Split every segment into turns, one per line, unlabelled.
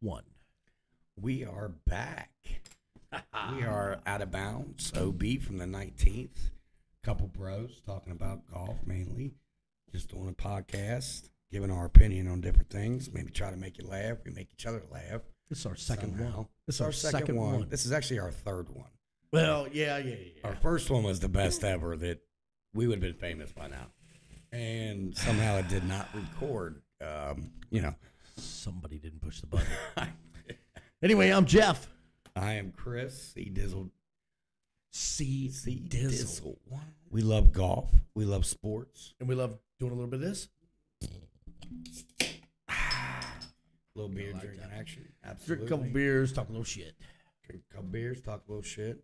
one.
We are back. we are out of bounds. OB from the 19th. Couple bros talking about golf mainly. Just doing a podcast, giving our opinion on different things. Maybe try to make you laugh. We make each other laugh.
This is our second one.
somehow.
This is our, second, one.
This is actually our third one.
well, yeah, yeah, yeah.
Our first one was the best ever that we would have been famous by now. And somehow it did not record. Um, you know,
Somebody didn't push the button. anyway, I'm Jeff.
I am Chris. He dizzled
C.
See,
Dizzle.
Dizzle. We love golf. We love sports.
And we love doing a little bit of this.
A little beer
like
drinking
that.
action.
Drink
Absolutely.
a couple beers, talk a little shit.
Drink a couple beers. Talk a little shit.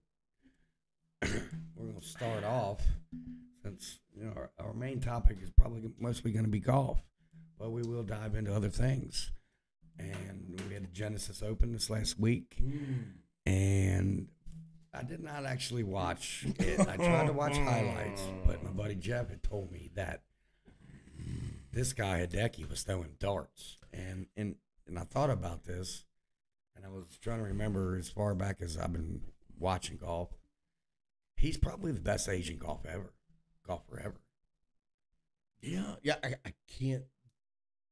We're gonna start off since you know our, our main topic is probably mostly gonna be golf, but we will dive into other things. And we had the Genesis Open this last week, and I did not actually watch it. I tried to watch highlights, but my buddy Jeff had told me that this guy Hideki was throwing darts, and and and I thought about this, and I was trying to remember as far back as I've been watching golf. He's probably the best Asian golf ever, golfer ever.
Yeah, yeah. I, I can't,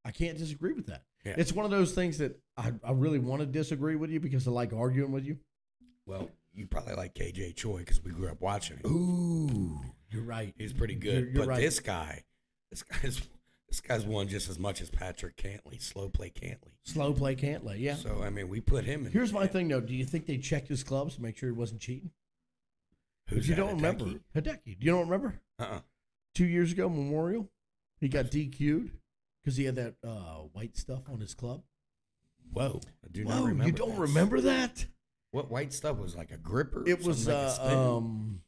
I can't disagree with that.
Yeah.
It's one of those things that I, I really want to disagree with you because I like arguing with you.
Well, you probably like KJ Choi because we grew up watching him.
Ooh, you're right.
He's pretty good,
You're- you're
but
right.
this guy, this guy's this guy's won just as much as Patrick Cantley, slow play Cantley.
Slow play can't lay. Yeah.
So I mean, we put him in.
Here's my thing though. Do you think they checked his clubs to make sure he wasn't cheating?
Who's
if you
that,
don't remember,
Hideki?
Hideki. Do you don't remember?
Uh-uh.
Two years ago, Memorial, he got DQ'd because he had that uh, white stuff on his club.
Whoa, I do
Whoa,
not remember.
you don't
this.
remember that?
What white stuff was like a gripper?
It was,
something like a
uh,
spoon?
um,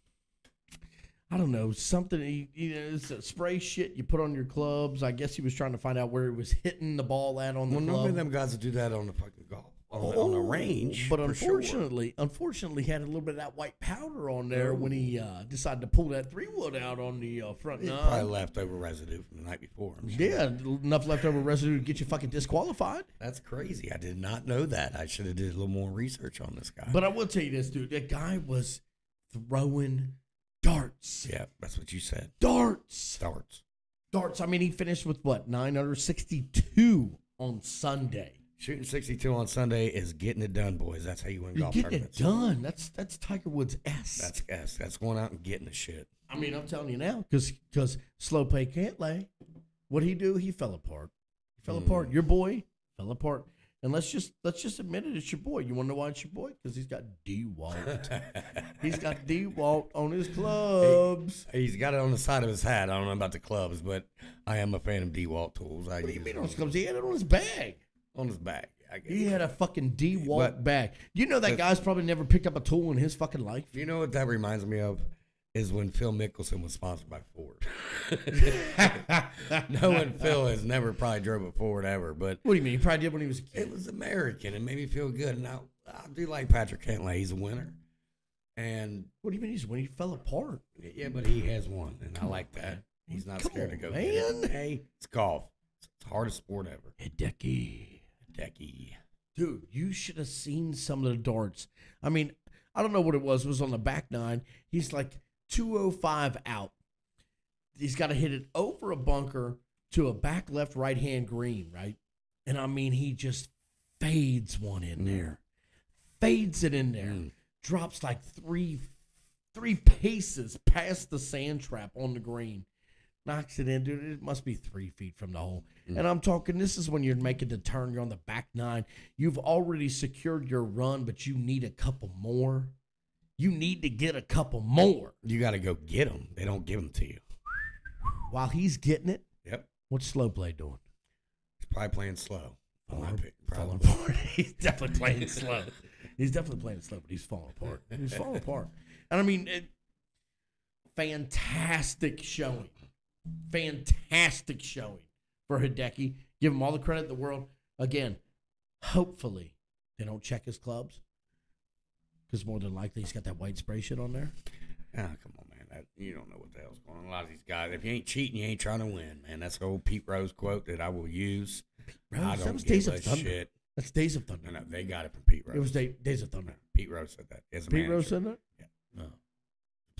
I don't know, something. He, he, it's a spray shit you put on your clubs. I guess he was trying to find out where he was hitting the ball at on the
well, normally
club.
them guys would do that on the fucking golf on, the on the
Oh,
range,
But
for sure.
unfortunately, unfortunately, he had a little bit of that white powder on
Oh.
there when he uh, decided to pull that three wood out on the uh, front
It's
nine.
probably leftover residue from the night before. I'm sure.
Yeah, enough leftover residue to get you fucking disqualified.
that's crazy. I did not know that. I should have did a little more research on this guy.
But I will tell you this, dude. That guy was throwing darts.
yeah, that's what you said.
Darts.
Starts
Darts. I mean, he finished with what? 962 on Sunday.
shooting 62 on Sunday is getting it done, boys. That's how you win
You're
golf
getting it
tournaments.
done. That's that's Tiger Woods S.
That's that's that's going out and getting the shit.
I mean, I'm telling you now, because because slow play can't lay. What he do? He fell apart. He fell
Mm.
apart. Your boy fell apart. And let's just let's just admit it. It's your boy. You want to know why it's your boy? Because he's got D Walt. he's got D Walt on his clubs.
He's got it on the side of his hat. I don't know about the clubs, but I am a fan of DeWalt tools. I
What do you
use
mean
it
on his clubs? He had it on his bag.
on his back. I guess.
He had a fucking D Walt
But-
bag. You know that
but-
guy's probably never picked up a tool in his fucking life.
You know what that reminds me of is when Phil Mickelson was sponsored by Ford. Knowing Phil has never probably drove a Ford ever, but
What do you mean? He probably did when he was a kid.
it was American and made me feel good. And I, I do like Patrick Cantlay; he's a winner, and
What do you mean? He's when he fell apart.
yeah, but he has won, and I like that. He's not
Come
scared to
on,
go. get it.
man.
hey, it's golf; it's the hardest sport ever.
Hideki.
Decky,
Dude, you should have seen some of the darts. I mean, I don't know what it was. It was on the back nine. He's like 205 out. He's got to hit it over a bunker to a back left right hand green, right? And I mean, he just fades one in there, fades it in there,
Mm.
drops like three, three paces past the sand trap on the green, knocks it in, dude. It must be three feet from the hole. And I'm talking, this is when you're making the turn. You're on the back nine. You've already secured your run, but you need a couple more. You need to get a couple more
you got to go get them. They don't give them to you.
while he's getting it.
Yep,
What's slow play doing?
he's probably playing slow.
Falling
My
ap-
pick,
falling
probably.
apart. he's definitely playing slow. He's definitely playing slow, but he's falling apart. He's falling apart. And I mean, it, fantastic showing. Fantastic showing for Hideki. Give him all the credit in the world. Again, hopefully they don't check his clubs because more than likely he's got that white spray shit on there.
Ah, come on, man. That, you don't know what the hell's going on. A lot of these guys, if you ain't cheating, you ain't trying to win, man. That's the old Pete Rose quote that I will use.
Rose,
I
that
don't
was
give
Days
a
of Thunder.
shit.
That's Days of Thunder.
No, no, they got it from Pete Rose.
It was day, Days of Thunder.
Pete Rose said that. As a
Pete Rose
manager.
said that?
No.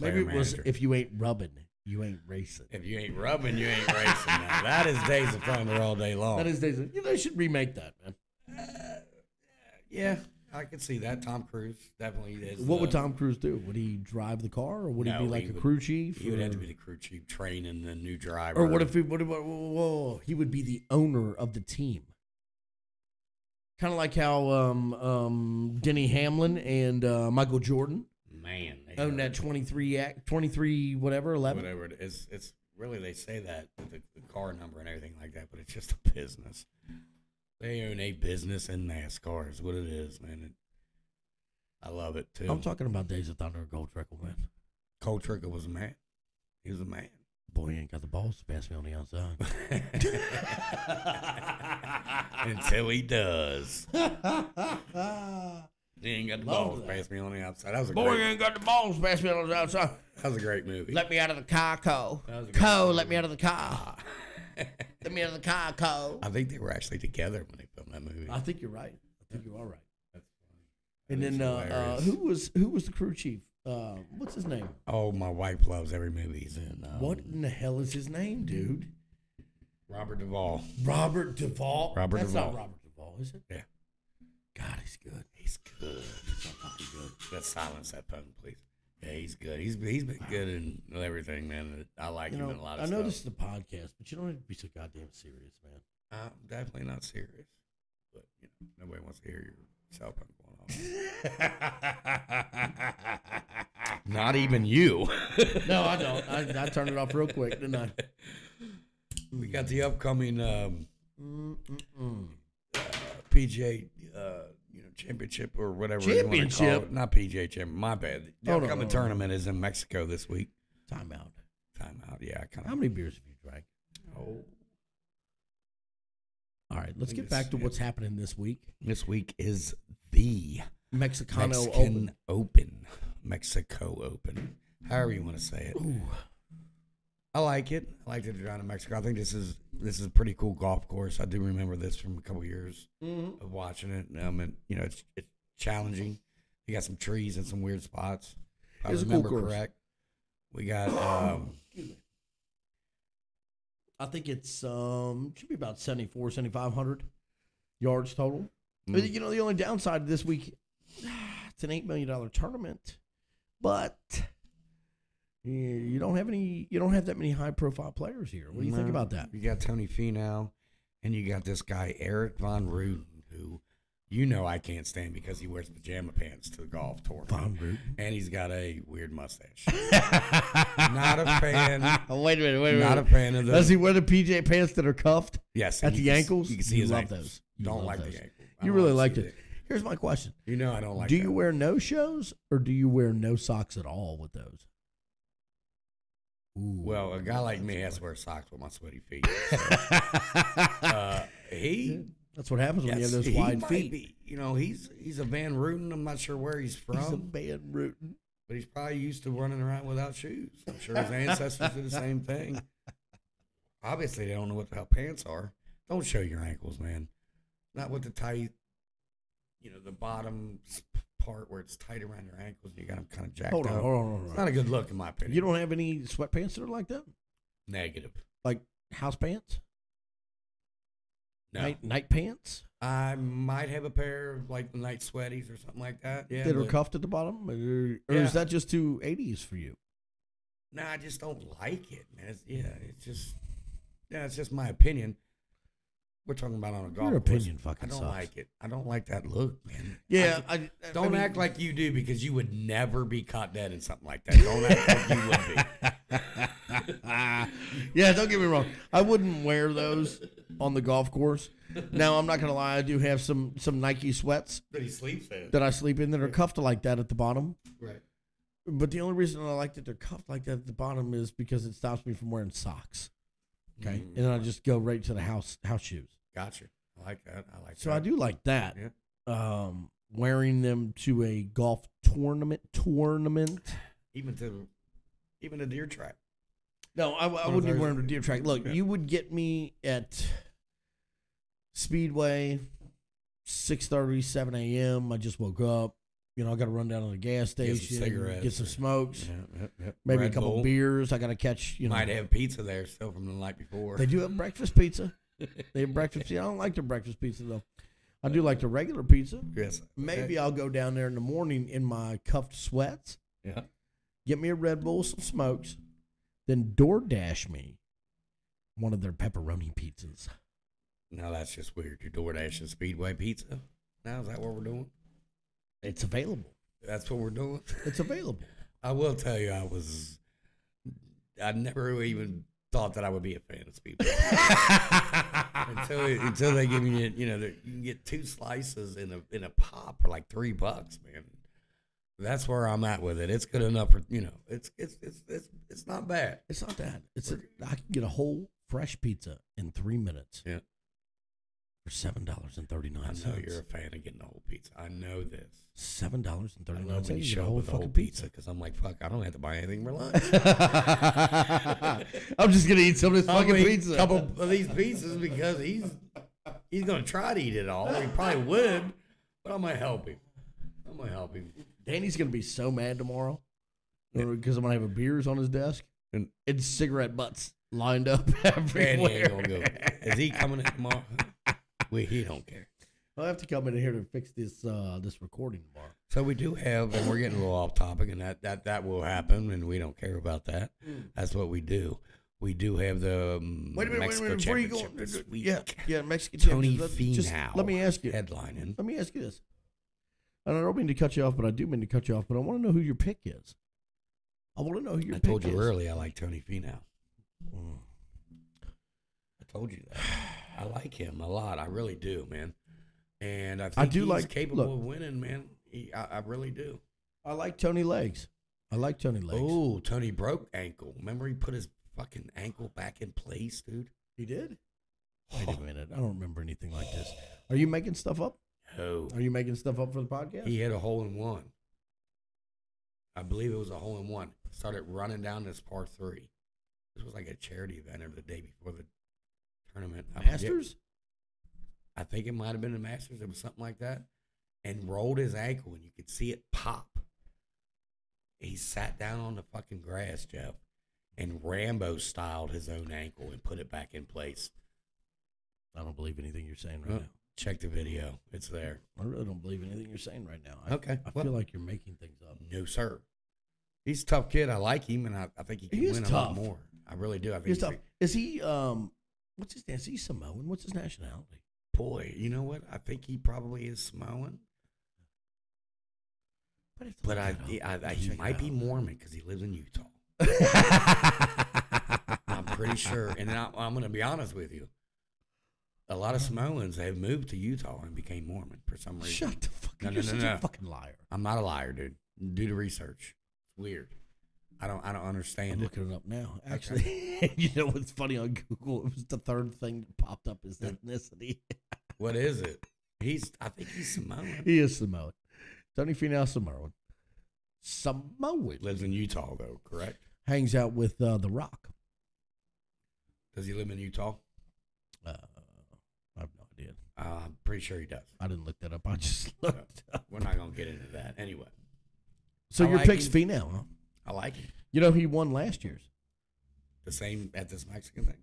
Maybe it was
manager.
if you ain't rubbing, you ain't racing.
If you ain't rubbing, you ain't racing. Now, that is Days of Thunder all day long.
That is Days of You know, they should remake that, man.
yeah, I can see that. Tom Cruise definitely is.
What
the-
would Tom Cruise do? Would he drive the car, or would he
No,
be like
he
a
would-
crew chief?
He would
or,
have to be the crew chief training the new driver.
or what if he would? Whoa, whoa, whoa, he would be the owner of the team. Kind of like how um, um, Denny Hamlin and uh, Michael Jordan
man they
owned that twenty three act, twenty three whatever eleven.
whatever it is? It's really they say that with the, the car number and everything like that, but it's just a business. They own a business in NASCAR is what it is, man. It, I love it too.
I'm talking about Days of Thunder and Gold Trickle, man.
Cole Trickle was a man. He was a man.
Boy, he ain't got the balls to pass me on the outside.
Until he does.
Boy,
He ain't got the
Love
balls.
that.
Pass me on the outside. That was a
he
great,
ain't got the balls to pass me on the outside.
that was a great movie.
Let me out of the car, Cole.
That was a good
Cole,
one.
let me out of the car. Let me out of the car, Cole.
I think they were actually together when they filmed that movie.
I think you're right. I think you are right.
That
And
is
then uh, uh,
hilarious.
who was who was the crew chief? Uh, what's his name?
Oh, my wife loves every movie he's in. Um,
What in the hell is his name, dude?
Robert Duvall.
Robert Duvall.
Robert
That's
Duvall.
not Robert Duvall, is it?
Yeah.
God, he's good.
He's good. Let's silence that phone, please. Yeah, he's good. He's he's been good in everything, man. I like
You
him
know,
in a lot of
I know
stuff.
this is the podcast, but you don't have to be so goddamn serious, man.
I'm definitely not serious, but you know, nobody wants to hear your cell phone going off. not even you.
No, I don't. I, I turned it off real quick, didn't I?
we got the upcoming um,
Mm-mm-mm.
PGA, uh, you know, championship or whatever you want to call
Championship?
it. Not PGA champ. My bad. The
Hold on, hold
upcoming
on.
tournament is in Mexico this week.
Time out.
Time out. Yeah, I kind
How
of.
many beers have you drank?
Oh,
All right, let's
I
get
guess,
back to
yeah.
what's happening this week.
this week is the
Mexicano
Mexican Open. Mexico Open. However you want to say it.
Open. Ooh.
I like it. I like that they're down in Mexico. I think this is this is a pretty cool golf course. I do remember this from a couple years
Mm-hmm.
of watching it. Um, and you know, it's, it's challenging. You got some trees and some weird spots. If I
It's a cool
remember
course.
correct. We got um,
I think it's um should be about 74, 7,500 yards total. But,
mm,
you know, the only downside this week, it's an eight million dollar tournament, but you- you don't have any. You don't have that many high profile players here. What do you think
no,
about that?
You got Tony Finau, and you got this guy Eric Von Ruden, who you know I can't stand because he wears pajama pants to the golf tour, and he's got a weird mustache. Not a fan.
Wait a minute. Wait a minute.
Not a fan of the.
Does he wear the PJ pants that are cuffed?
Yes,
at
and
the
you can s-
ankles?
You can see
You
his
love
ankles.
those. You
don't
love
like
those.
the ankle. I
You
don't
really
like
liked
to see
it. Here's my question:
the- You know I don't like.
Do
that.
you wear no shows or do you wear no socks at all with those? Ooh.
Well, a guy like me has to wear socks with my sweaty feet. so, uh, he.
That's what happens when
yes,
you have those
he
wide
might
feet.
be- you know, he's he's a Van Ruden. I'm not sure where he's from,
He's a man rooting.
but he's probably used to running around without shoes. I'm sure his ancestors did the same thing. Obviously, they don't know what the hell pants are. Don't show your ankles, man. Not with the tight, you know, the bottom s- part where it's tight around your ankles. and You got them kind of jacked
Hold on,
up.
hold on, hold on.
It's not a good look, in my opinion.
You don't have any sweatpants that are like that,
negative.
like house pants,
No,
night night pants
I might have a pair of like night sweaties or something like that. Yeah,
that are
but-
cuffed at the bottom, or, or
Yeah.
is that just too eighties for you?
No, I just don't like it, man. It's, yeah, it's just, yeah, it's just my opinion. We're talking about on a golf
Your
course.
opinion
I
fucking
don't
sucks.
like it. I don't like that look, man.
I,
I- don't act like you do because you would never be caught dead in something like that. Don't act like you would be.
yeah, don't get me wrong. I wouldn't wear those on the golf course. Now, I'm not gonna lie. I do have some some Nike sweats
But he sleeps in.
that I sleep in that are cuffed like that at the bottom.
Right.
But the only reason I like that they're cuffed like that at the bottom is because it stops me from wearing socks. Okay,
Mm.
and I just go right to the house house shoes.
Gotcha. I like that. I like
So
that.
I do like that.
Yeah.
Um, wearing them to a golf tournament tournament.
Even to, even a deer trap.
No, I, I
One of
wouldn't even
those-
wear them to deer track. Look,
Yeah.
you would get me at Speedway, six thirty, seven a.m. I just woke up. You know, I got to run down to the gas
some
station,
cigarettes
get some
or-
smokes,
yep, yep.
maybe
Red
a couple
Bull.
beers. I got to catch. You know,
Might have pizza there still from the night before.
they do have breakfast pizza. They have breakfast pizza. I don't like their breakfast pizza though. I do like the regular pizza.
yes.
Maybe I'll go down there in the morning in my cuffed sweats,
Yeah.
get me a Red Bull, some smokes, then DoorDash me one of their pepperoni pizzas.
No, that's just weird. You DoorDash and Speedway Pizza. Now is that what we're doing?
It's available.
That's what we're doing.
It's available.
I will tell you, I was. I never even thought that I would be a fan of Speedway until until they give you you know the, you can get two slices in a in a pop for like three bucks, man. That's where I'm at with it. It's good enough for you know. It's it's it's it's it's not bad.
It's not that. It's a, I can get a whole fresh pizza in three minutes.
Yeah.
For seven dollars and thirty
I
nine
know
cents.
you're a fan of getting a whole pizza. I know this.
Seven dollars and
I
thirty nine
love when you
cents. You get a
show up
whole
with a whole
fucking
pizza
pizza.
because I'm like, fuck, I don't have to buy anything for lunch.
I'm just gonna eat some of this
I'll
fucking
eat
pizza.
A couple of these pizzas because he's he's gonna try to eat it all. He probably would, but I'm gonna help him. I'm gonna help him.
Danny's gonna be so mad tomorrow because I'm gonna have a beers on his desk
And-
and cigarette butts lined up
Randy ain't
everywhere.
gonna go. Is he coming in tomorrow? We he don't care.
I'll have to come in here to fix this uh, this recording tomorrow.
So we do have, and we're getting a little off topic, and that that that will happen, and we don't care about that. That's what we do. We do have the um,
Hmm. Wait a minute,
Mexico
wait a minute. Before you
championship
go,
this week.
yeah, yeah, Mexican
Tony
champions. Let- just
Finau
Let me ask you.
headlining.
Let me ask you this. And I don't mean to cut you off, but I do mean to cut you off. But I want to know who your pick is. I want to know who your
I
pick
told you
is.
early I like Tony Finau.
Mm.
I told you that. I like him a lot. I really do, man. And I think
I do
he's
like-
capable
look.
of winning, man. He, I, I really do.
I like Tony Legs. I like Tony Legs.
Oh, Tony broke ankle. Remember he put his fucking ankle back in place, dude.
he did. Wait a minute. I don't remember anything like this. Are you making stuff up?
No,
Are you making stuff up for the podcast?
he hit a hole in one. I believe it was a hole in one. Started running down this par three. This was like a charity event or the day before the tournament. I forget.
Masters?
I think it might have been the Masters. It was something like that. And rolled his ankle, and you could see it pop. He sat down on the fucking grass, Jeff, and Rambo styled his own ankle and put it back in place.
I don't believe anything you're saying right
Huh?
now.
Check the video; it's there.
I really don't believe anything you're saying right now. I,
Okay,
I
well-
feel like you're making things up.
No, sir. He's a tough kid. I like him, and I, I think he can
He is
win a
tough.
lot more. I really do. I think
Here's
he's
tough. Is he um what's his name? Is he Samoan? What's his nationality?
a- boy. You know what? I think he probably is Samoan,
I have to
but
look
I,
that up.
I, I
Let me
he
check it
might be
out.
Mormon because he lives in Utah. I'm pretty sure. And then I, I'm going to be honest with you. A lot
Mm.
of Samoans have moved to Utah and became Mormon for some reason.
Shut the fuck up.
No, no,
you're
no,
such
no.
a fucking liar.
I'm not a liar, dude. Do the research. It's weird. I don't. I don't
I'm
understand it.
looking it up now. Actually, you know what's funny on Google? It was the third thing that popped up is ethnicity.
What is it? He's. I think he's Samoan.
he is Samoan. Tony Finau Samoan. Samoan
Lives in Utah though, correct?
hangs out with uh, The Rock.
Does he live in Utah?
Uh, I have no idea.
Uh, I'm pretty sure he does.
I didn't look that up. I just looked. Up.
We're not gonna get into that anyway.
So
I
your
like
pick's
him.
Finau, huh?
I like him.
You know he won last year's.
The same at this Mexican thing.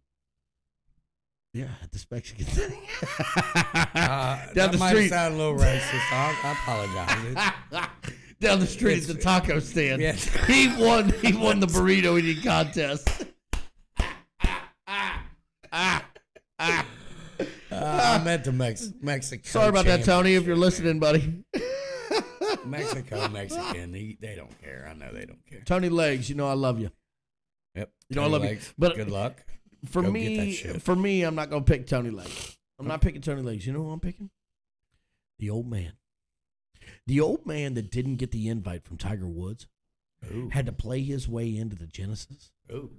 Yeah, at the Mexican thing.
Uh,
Down
that
the
might
street.
sound a little racist. I, I apologize. It's-
Down the street
It's-
at the taco stand.
Yes.
He won. He won the burrito eating contest.
Uh, I meant the Mex- Mexico.
Sorry about that, Tony. If you're
championship.
listening, buddy.
Mexico, Mexican, they, they don't care. I know they don't care.
Tony Legs, you know I love you.
Yep.
You know, I love you,
Legs,
but-
good luck.
For
Go get that
me,
shit.
for me, I'm not gonna pick Tony Legs. I'm not picking Tony Legs. You know who I'm picking? The old man. The old man that didn't get the invite from Tiger Woods
Ooh.
had to play his way into the Genesis.
Ooh.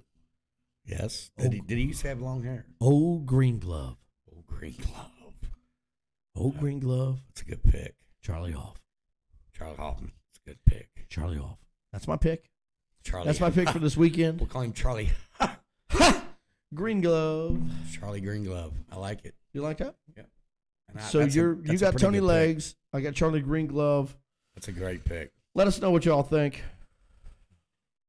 Yes. Did, he, did he used to have long hair?
Old Green Glove.
Oh, green glove.
Old Green Glove.
It's a good pick.
Charlie Hoff.
Charlie Hoffman. It's a good pick.
Charlie Hoff. That's my pick.
Charlie.
That's my pick for this weekend.
We'll call him Charlie.
Green Glove.
Charlie Green Glove. I like it.
You like that?
Yeah. And I-
So
that's a-
you're
that's
you
a
got
pretty
Tony
good pick.
Legs. I got Charlie Green Glove.
That's a great pick.
Let us know what y'all think.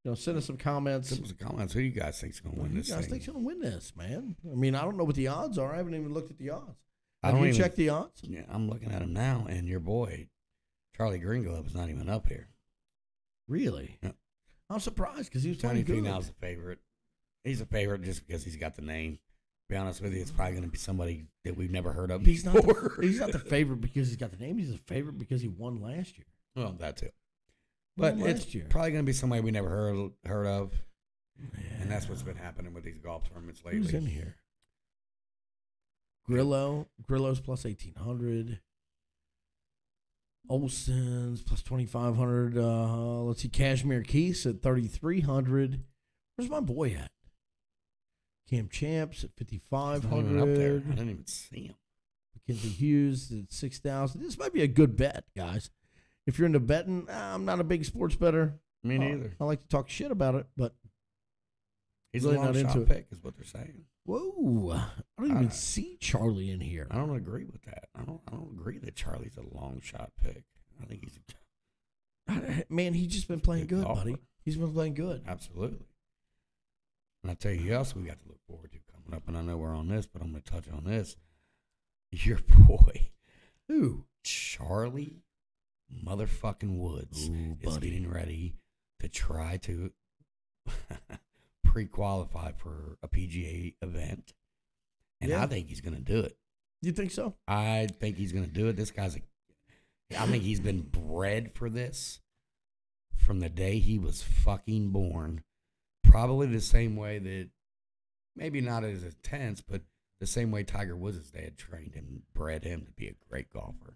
You know, send us some comments.
Some of the comments. Who you guys think's gonna
Well,
win
you
this
guys
thing?
think she'll win this, man? I mean, I don't know what the odds are. I haven't even looked at the odds.
I
Have
don't
you
even-
checked the odds?
Yeah, I'm looking at him now, and your boy Charlie Greenglove is not even up here.
Really?
Yeah.
I'm surprised because he was
Tony
playing good.
Finau's a favorite. He's a favorite just because he's got the name. To be honest with you, it's probably going to be somebody that we've never heard of
He's not. The,
before.
he's not the favorite because he's got the name. He's a favorite because he won last year.
well, that's it.
He
But
won
it's
last year.
probably going to be somebody we never heard heard of, and that's
Yeah.
what's been happening with these golf tournaments lately.
Who's in here? Grillo. Grillo's plus eighteen hundred. Olson's plus twenty five hundred. Uh, let's see, Cashmere Keys at thirty three hundred. Where's my boy at? Cam Champs at fifty five
He's not even up there. I
hundred.
didn't even see him.
Mackenzie Hughes at six thousand. This might be a good bet, guys. If you're into betting, ah, I'm not a big sports better. Uh,
Me neither.
I like to talk shit about it, but
He's
really
a long
not
shot
into it.
pick, is what they're saying.
whoa, I don't even
Uh,
see Charlie in here.
I don't agree with that. I don't. I don't agree that Charlie's a long shot pick. I think he's a
I- Man, he's just been playing
Good
good,
golfer.
buddy. He's been playing good.
Absolutely. And I tell you who else we got to look forward to coming up, and I know we're on this, but I'm going to touch on this. Your boy,
Who?
Charlie motherfucking Woods,
Ooh,
is
buddy.
getting ready to try to pre qualify for a PGA event. And I
Yeah.
think he's going to do it.
You think so?
I think he's going to do it. This guy's a. I think he's been bred for this from the day he was fucking born. Probably the same way that, maybe not as intense, but the same way Tiger Woods' dad trained him, bred him to be a great golfer.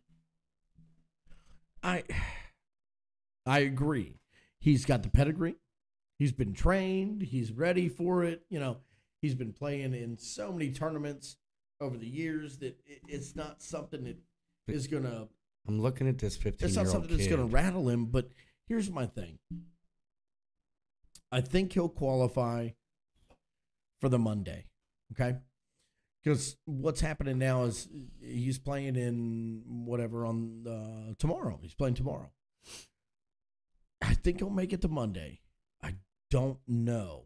I I agree. He's got the pedigree. He's been trained. He's ready for it. You know, he's been playing in so many tournaments over the years that it, it's not something that is gonna.
I'm looking at this 15
It's
year
not
old
something
kid.
that's gonna rattle him. But here's my thing. I think he'll qualify for the Monday. Okay. Because what's happening now is he's playing in whatever on uh, tomorrow. He's playing tomorrow. I think he'll make it to Monday. I don't know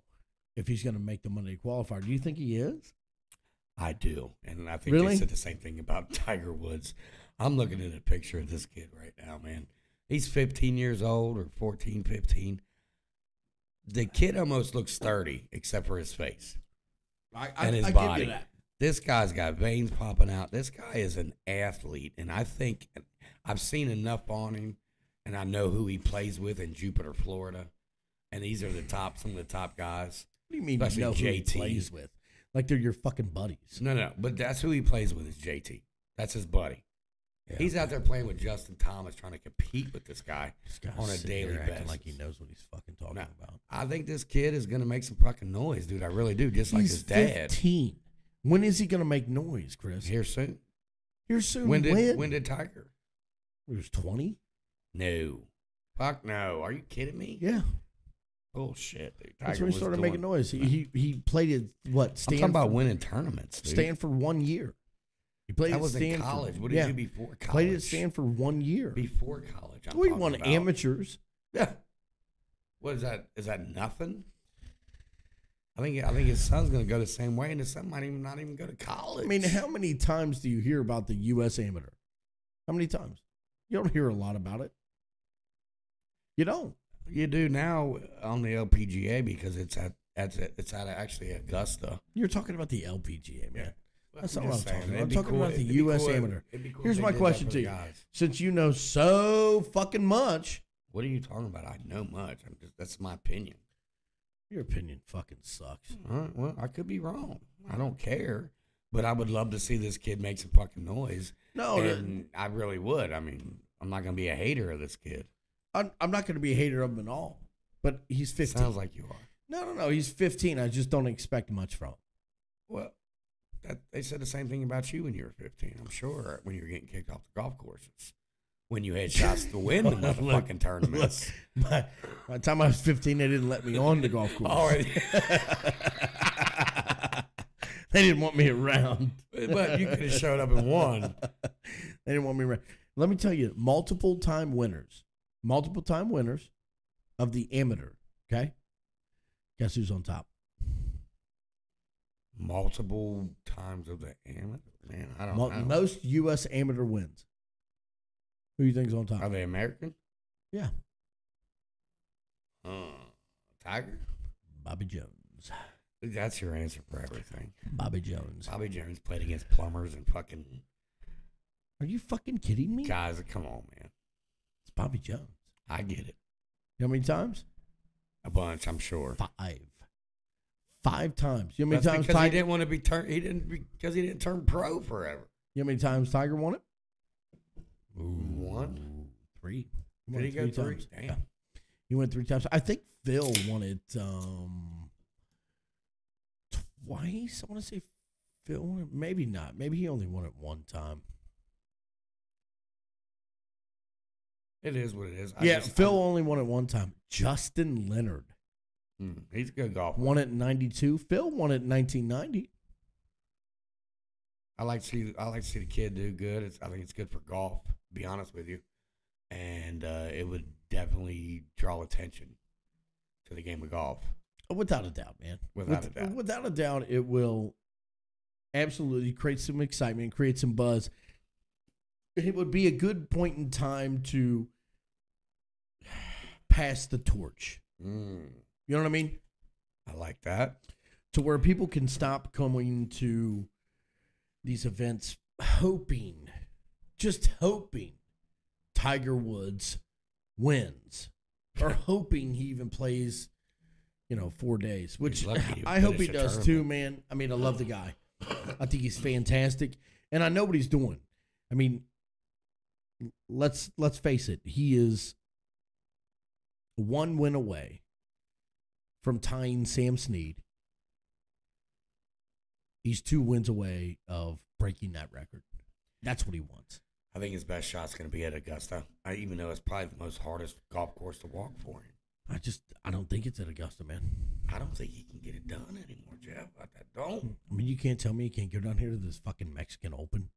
if he's going to make the Monday qualifier. Do you think he is?
I do, and I think
Really?
they said the same thing about Tiger Woods. I'm looking at a picture of this kid right now, man. He's 15 years old or 14, 15. The kid almost looks 30, except for his face.
I,
And his body. This guy's got veins popping out. This guy is an athlete, and I think I've seen enough on him, and I know who he plays with in Jupiter, Florida. And these are the top, some of the top guys.
What do you mean you
Especially
know who he
JT.
plays with? Like they're your fucking buddies.
No, no, but that's who he plays with is JT. That's his buddy. He's out there playing with Justin Thomas, trying to compete with this guy.
This guy's
on a
sitting
daily
here acting Like he
basis.
knows what he's fucking talking
No.
about.
I think this kid is gonna make some fucking noise, dude. I really do. Just like
He's
his dad
15. When is he going to make noise, Chris?
here soon.
Here soon.
When did when? did Tiger?
He was 20?
No, fuck no. Are you kidding me?
Yeah.
Bullshit, dude. Tiger
That's when he
was
started
doing-
making noise. He,
No.
he he played at what?
I'm
Stanford,
talking about winning tournaments, dude.
Stanford one year. He played
I
at
was
Stanford.
in college. What did
yeah.
you do before college?
Played at Stanford one year.
before college. I'm
We
talking
won
about.
amateurs.
Yeah. What is that? Is that nothing? I think I think his son's gonna go the same way, and his son might even not even go to college.
I mean, how many times do you hear about the U.S. amateur? How many times? You don't hear a lot about it. You don't.
you do now on the LPGA because it's at at it's at actually Augusta.
You're talking about the LPGA, man.
Yeah.
That's
I'm
not what
just
I'm
saying,
talking about.
it'd
I'm
be
talking
cool-
about the
it'd be
U.S.
cool-
amateur.
it'd be cool if
Here's
they
my
did that
question
for
to
the
you.
guys.
Since you know so fucking much,
What are you talking about? I know much. I'm just that's my opinion.
your opinion fucking sucks.
All right, well, I could be wrong. I don't care, but I would love to see this kid make some fucking noise,
No,
and I really would. I mean, I'm not gonna be a hater of this kid.
I'm, I'm not going to be a hater of him at all, but he's 15.
Sounds like you are.
no, no, no. He's 15. I just don't expect much from him.
Well, that, they said the same thing about you when you were 15, I'm sure, when you were getting kicked off the golf courses. When you had shots to win the
Look,
motherfucking tournaments.
By, by the time I was 15, they didn't let me on the golf course.
Already.
They didn't want me around.
but you could have showed up and won.
They didn't want me around. Let me tell you, multiple time winners, multiple time winners of the amateur. Okay, guess who's on top?
Multiple times of the amateur. Man, Oh, I don't
Mo-
know.
most U.S. amateur wins. Who do you think's on top?
Are they American?
yeah,
Uh, Tiger?
Bobby Jones.
That's your answer for everything.
Bobby Jones.
Bobby Jones played against plumbers and fucking
Are you fucking kidding me?
guys. Come on, man.
It's Bobby Jones.
I get it.
You know how many times?
A bunch, I'm sure.
Five. Five times. You know how many
That's
times
because he
Tiger?
didn't want to be turned. He didn't because he didn't turn pro forever.
You know how many times Tiger won it?
One.
Three.
Did he go three?
times.
Damn.
Yeah. He went three times. I think Phil won it um twice. I want to say Phil won it. Maybe not. Maybe he only won it one time.
It is what it is. I
yeah,
just-
Phil
I-
only won it one time. Justin Leonard
Hmm, he's a good golfer.
won it in 92. Phil won it in 1990.
I like to see. I like to see the kid do good. It's, I think it's good for golf. To be honest with you, and uh, it would definitely draw attention to the game of golf
Without a doubt, man.
without
With-
a doubt.
Without a doubt, it will absolutely create some excitement, create some buzz. It would be a good point in time to pass the torch.
Mm,
You know what I mean?
I like that.
To where people can stop coming to these events hoping, just hoping Tiger Woods wins or hoping he even plays, you know, four days, which
lucky to
I hope he
finish a
does too, man. I mean, I love the guy. I think he's fantastic, and I know what he's doing. I mean, l- let's let's face it, he is one win away from tying Sam Snead. He's two wins away of breaking that record. That's what he wants.
I think his best shot's going to be at Augusta. I even though it's probably the most hardest golf course to walk for him.
I just I don't think it's at Augusta, man.
I don't think he can get it done anymore, Jeff. I, I don't.
I mean, you can't tell me you can't go down here to this fucking Mexican Open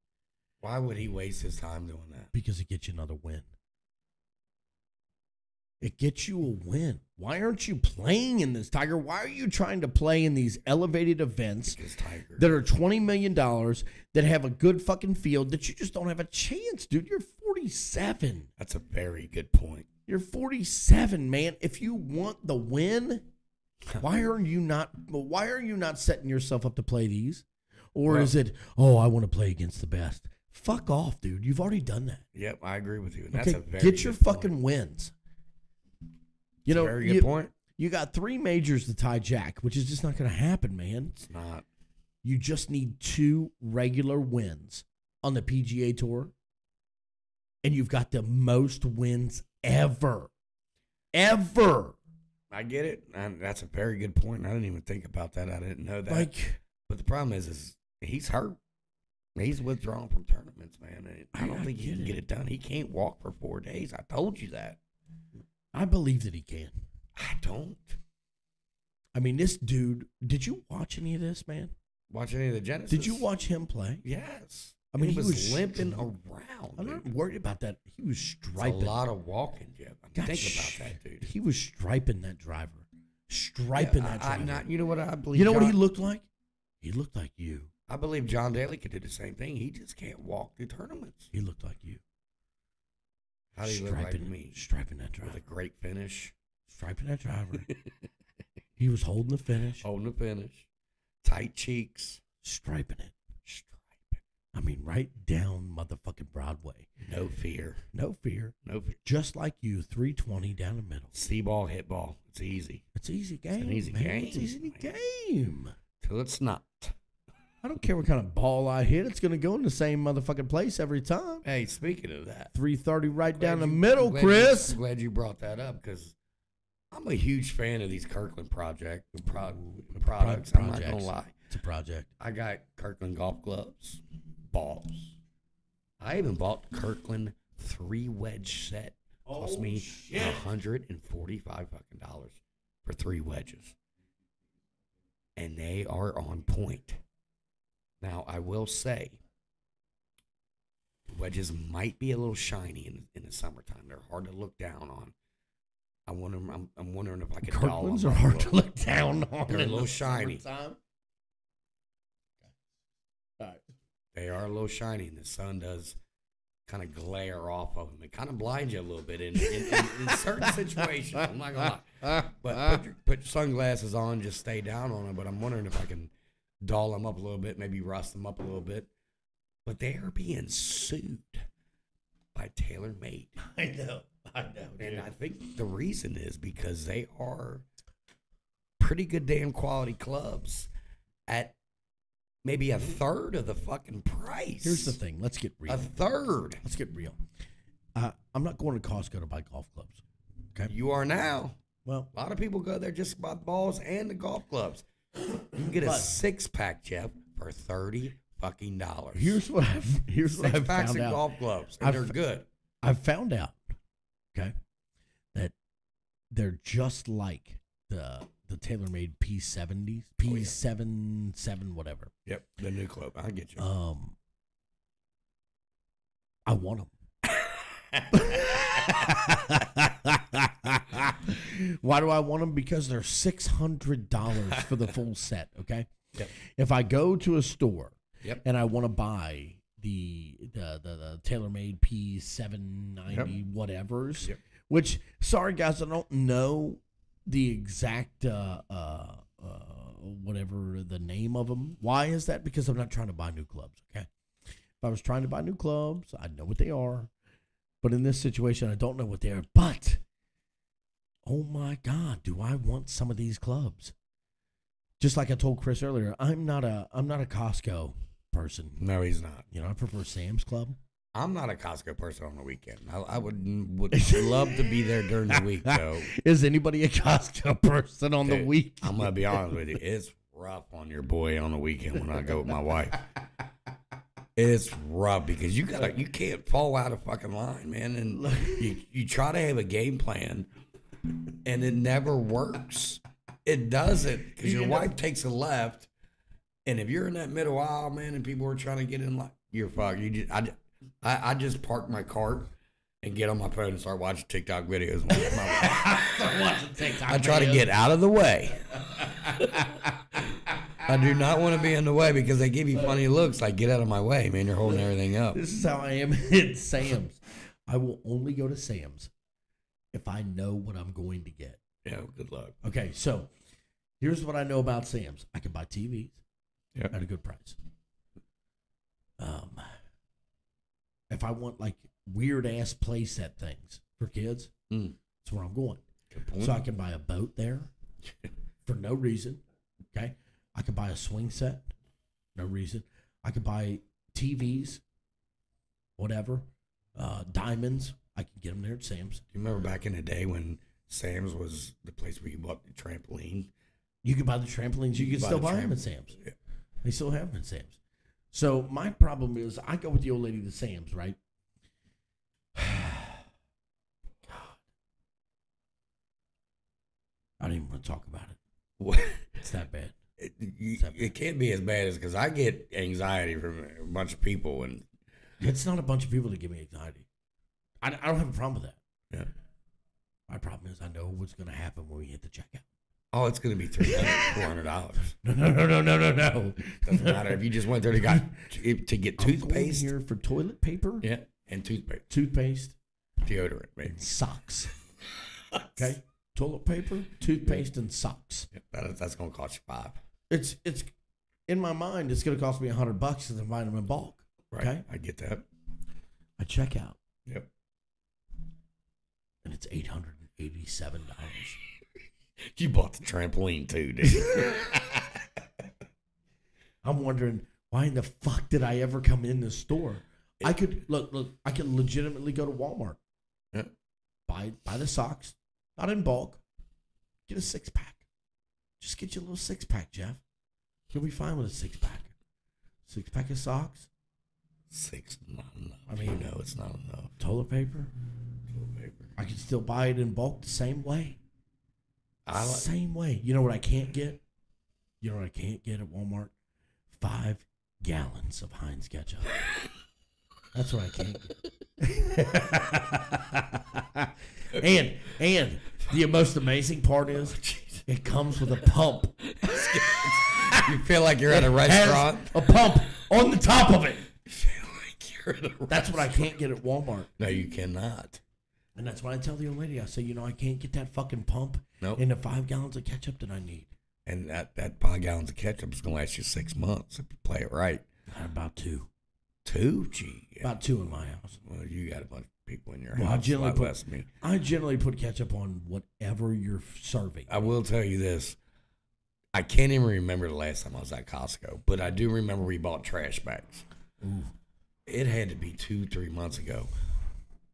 Why would he waste his time doing that?
because it gets you another win. It gets you a win. Why aren't you playing in this, Tiger? Why are you trying to play in these elevated events
Because Tiger.
that are $20 million that have a good fucking field that you just don't have a chance, dude? You're 47.
That's a very good point.
You're 47, man. If you want the win, why are you not why are you not setting yourself up to play these? Or
Well-
is it, "Oh, I want to play against the best." Fuck off, dude. You've already done that.
Yep, I agree with you. And
Okay,
that's a very
get your
good point.
fucking wins. You know,
very good
you,
point.
you got three majors to tie Jack, which is just not going to happen, man.
It's not.
You just need two regular wins on the PGA Tour, and you've got the most wins ever, ever.
I get it. And that's a very good point. I didn't even think about that. I didn't know that.
Like,
but the problem is, is he's hurt. He's withdrawn from tournaments, man. And I don't
I- I
think he
get
can get it done. He can't walk for four days. I told you that.
I believe that he can.
I don't
I mean, this dude. Did you watch any of this, man?
watch any of the Genesis.
Did you watch him play?
Yes.
I mean,
he,
he
was,
was
limping
str-
around.
I'm
dude.
not worried about that. He was
It's a
striping.
lot of walking, Jeff. I'm
God,
thinking
sh-
about that, dude.
He was striping that driver. Striping
Yeah,
that
I, I,
driver.
not, you know what I believe?
you know what he
John-
looked like? He looked like you.
I believe John Daly could do the same thing. He just can't walk through tournaments.
He looked like you.
How do you look like me?
Striping that
With a
driver.
great finish.
Striping that driver. he was holding the finish.
Holding the finish. Tight cheeks.
Striping it.
Stripe.
I mean, right down motherfucking Broadway.
No fear.
No fear.
No fear.
Just like you, 320 down the middle.
See ball, hit ball. It's easy.
It's easy game.
easy
man. It's
game,
easy
man.
game.
Till it's not.
I don't care what kind of ball I hit. It's going to go in the same motherfucking place every time.
Hey, speaking of that.
330 right
glad
down the
you-
middle,
glad you-
Chris.
glad you brought that up because I'm a huge fan of these Kirkland project pro, products. I'm not
projects.
gonna lie.
It's a project.
I got Kirkland golf gloves, balls. I even bought Kirkland three wedge set. Cost
Oh,
me
shit.
a hundred and forty five fucking dollars for three wedges, and they are on point. Now, I will say, wedges might be a little shiny in, in the summertime. They're hard to look down on. I wonder. I'm, I'm wondering if I could. doll
Kirklands
them
are
up
hard to
little.
look down on.
They're a
in
little
the
shiny.
summertime. All right.
They are a little shiny, and the sun does kind of glare off of them. It kind of blinds you a little bit in, in, in, in certain situations. I'm not gonna lie. But
Ah.
put, your, put your sunglasses on, just stay down on them. But I'm wondering if I can doll them up a little bit, maybe rust them up a little bit. But they are being sued by TaylorMade,
I know. I know.
and
dude.
I think the reason is because they are pretty good damn quality clubs at maybe a third of the fucking price.
Mm-hmm. Here's the thing. Let's get real.
a third.
Let's get real. Uh, I'm not going to Costco to buy golf clubs.
You are now.
Well,
A lot of people go there just to buy balls and the golf clubs. You can get a
But-
six pack, Jeff, for thirty fucking dollars.
here's what I've here's what
six
I've
packs
found
of
out.
golf clubs, and
I've-
they're good.
I've found out, okay, that they're just like the the TaylorMade P70s,
Oh, yeah.
P77, whatever.
Yep, the new club. I get you.
Um, I want them. Why do I want them? Because they're six hundred dollars for the full set. Okay,
Yep.
if I go to a store
Yep.
and I want to buy the the the, the TaylorMade P seven ninety whatever's,
Yep.
which sorry guys, I don't know the exact uh, uh, uh, whatever the name of them. Why is that? Because I'm not trying to buy new clubs. Okay, if I was trying to buy new clubs, I know what they are, but in this situation, I don't know what they are. But oh my god, do I want some of these clubs? Just like I told Chris earlier, I'm not a I'm not a Costco person.
No, he's not.
You know, I prefer Sam's Club.
I'm not a Costco person on the weekend. I, I would would love to be there during the week though.
Is anybody a Costco person on the
Dude,
week?
I'm gonna be honest with you. It's rough on your boy on the weekend when I go with my wife. It's rough because you gotta you can't fall out of fucking line, man. And you, you try to have a game plan and it never works. It doesn't because your wife takes a left, and if you're in that middle aisle, man, and people are trying to get in, like you're fucked. You just I, ju- I, I just park my cart and get on my phone and start watching TikTok videos. with my wife. I try to get out of the way. I do not want to be in the way because they give you funny looks. Like, get out of my way, man. You're holding everything up.
This is how I am at Sam's. I will only go to Sam's if I know what I'm going to get.
Yeah, good luck.
Okay, so here's what I know about Sam's. I can buy TVs
Yep.
at a good price. Um, if I want like weird ass playset things for kids,
Mm.
that's where I'm going.
Good point.
So I can buy a boat there for no reason. Okay. I could buy a swing set, no reason. I could buy TVs, whatever, uh, diamonds. I can get them there at Sam's.
You remember back in the day when Sam's was the place where you bought the trampoline?
You could buy the trampolines. You, can
You could buy
still
the
buy them at
tramp-
Sam's.
Yeah.
They still have them at Sam's. So my problem is I go with the old lady to Sam's, right? God. I don't even want to talk about it.
What?
It's that bad.
It, you- it can't be as bad as because I get anxiety from a bunch of people and
It's not a bunch of people that give me anxiety. I, I don't have a problem with that.
Yeah.
My problem is I know what's going to happen when we hit the checkout.
oh, it's gonna be three hundred dollars.
No, no, no, no, no, no, no.
Doesn't matter if you just went there to got to to get
I'm going
toothpaste.
here for toilet paper,
Yeah, and toothpaste,
toothpaste,
deodorant, maybe.
and socks. Okay, toilet paper, toothpaste, and socks.
Yeah, that, that's gonna cost you five.
It's it's in my mind. It's going to cost me a hundred bucks to buy them in bulk.
Right.
Okay.
I get that.
I check out,
Yep.
and it's eight hundred and eighty-seven dollars.
You bought the trampoline too, dude.
I'm wondering why in the fuck did I ever come in this store? I could look, look, I could legitimately go to Walmart,
Yeah.
buy buy the socks, not in bulk, get a six pack. Just get you a little six pack, Jeff. You'll be fine with a six pack. Six pack of socks,
Six, not enough.
I
I
mean-
mean, you know, it's not enough.
toilet paper.
Toothpaste.
I can still buy it in bulk the same way.
I like,
same way. You know what I can't get? You know what I can't get at Walmart? Five gallons of Heinz ketchup. That's what I can't get. and and the most amazing part is
Oh,
it comes with a pump.
You feel like you're at a
Has
restaurant.
a pump on the top of it.
You're at a-
That's what I can't get at Walmart.
no, you cannot.
And that's why I tell the old lady, I say, you know, I can't get that fucking pump
Nope.
in the five gallons of ketchup that I need.
And that, that five gallons of ketchup is going to last you six months if you play it right.
I had about two.
Two, gee.
About two in my house.
Well, you got a bunch of people in your
Well, I
house.
generally
a lot
put-
less than me.
I generally put ketchup on whatever you're serving.
I will tell you this. I can't even remember the last time I was at Costco, but I do remember we bought trash bags.
Ooh.
It had to be two, three months ago.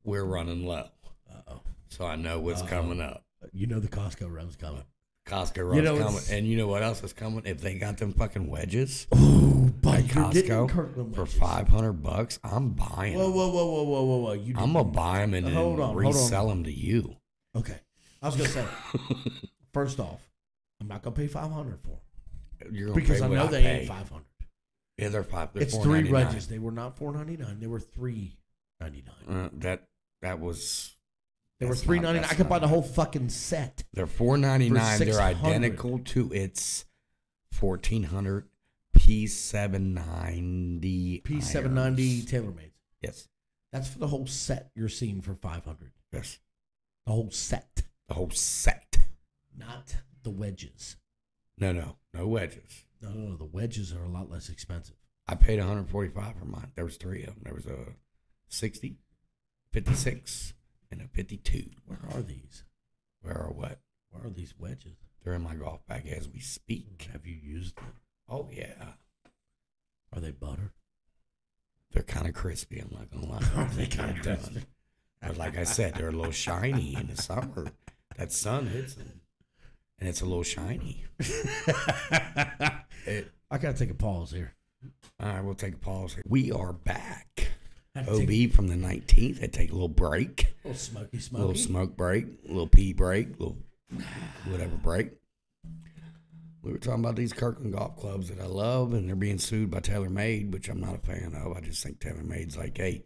We're running low,
Uh-oh.
so I know what's
Uh-oh.
coming up.
You know the Costco run's coming.
Costco runs
You know,
coming,
it's-
and you know what else is coming? If they got them fucking wedges
Oh, but
at
you're getting
Costco
Kirkland
for
wedges.
five hundred bucks, I'm buying.
Whoa,
them.
whoa, whoa, whoa, whoa, whoa, whoa! You
I'm gonna buy them and then
Hold on, hold on.
resell them to you.
okay. I was gonna say, first off, I'm not gonna pay five hundred for 'em
You're gonna
because
pay
I
what
know
I
they
pay.
ain't five hundred.
Yeah, they're five. They're
It's three
$4.99.
wedges. They were not four ninety nine. They were three ninety nine.
Uh, that that was
They were
That's not-
three ninety nine.
that's
I could buy
not
the
bad.
whole fucking set.
They're four ninety nine. They're
600.
identical to its fourteen hundred P seven ninety
P seven ninety TaylorMade.
Yes,
That's for the whole set you're seeing for five hundred.
yes.
The whole set,
The whole set.
not the wedges.
No, no, no wedges.
No, no, no. The wedges are a lot less expensive.
I paid one hundred forty five for mine. There was three of them. There was a 60, 56, and a fifty two.
Where are these?
Where are what?
Where are these wedges?
They're in my golf bag as we speak.
Have you used them?
Oh yeah,
Are they butter?
they're kind of crispy. I'm not gonna lie. I'm done. But like I said, they're a little shiny in the summer. That sun hits them, and it's a little shiny. It,
I gotta take a pause here.
all right, we'll take a pause. Here. We are back.
I had to take
OB from the 19th. I take a little break,
a little smoky,
a
smoky.
little smoke break, a little pee break, a little whatever break. We were talking about these Kirkland golf clubs that I love, and they're being sued by TaylorMade, which I'm not a fan of. I just think TaylorMade's like, hey,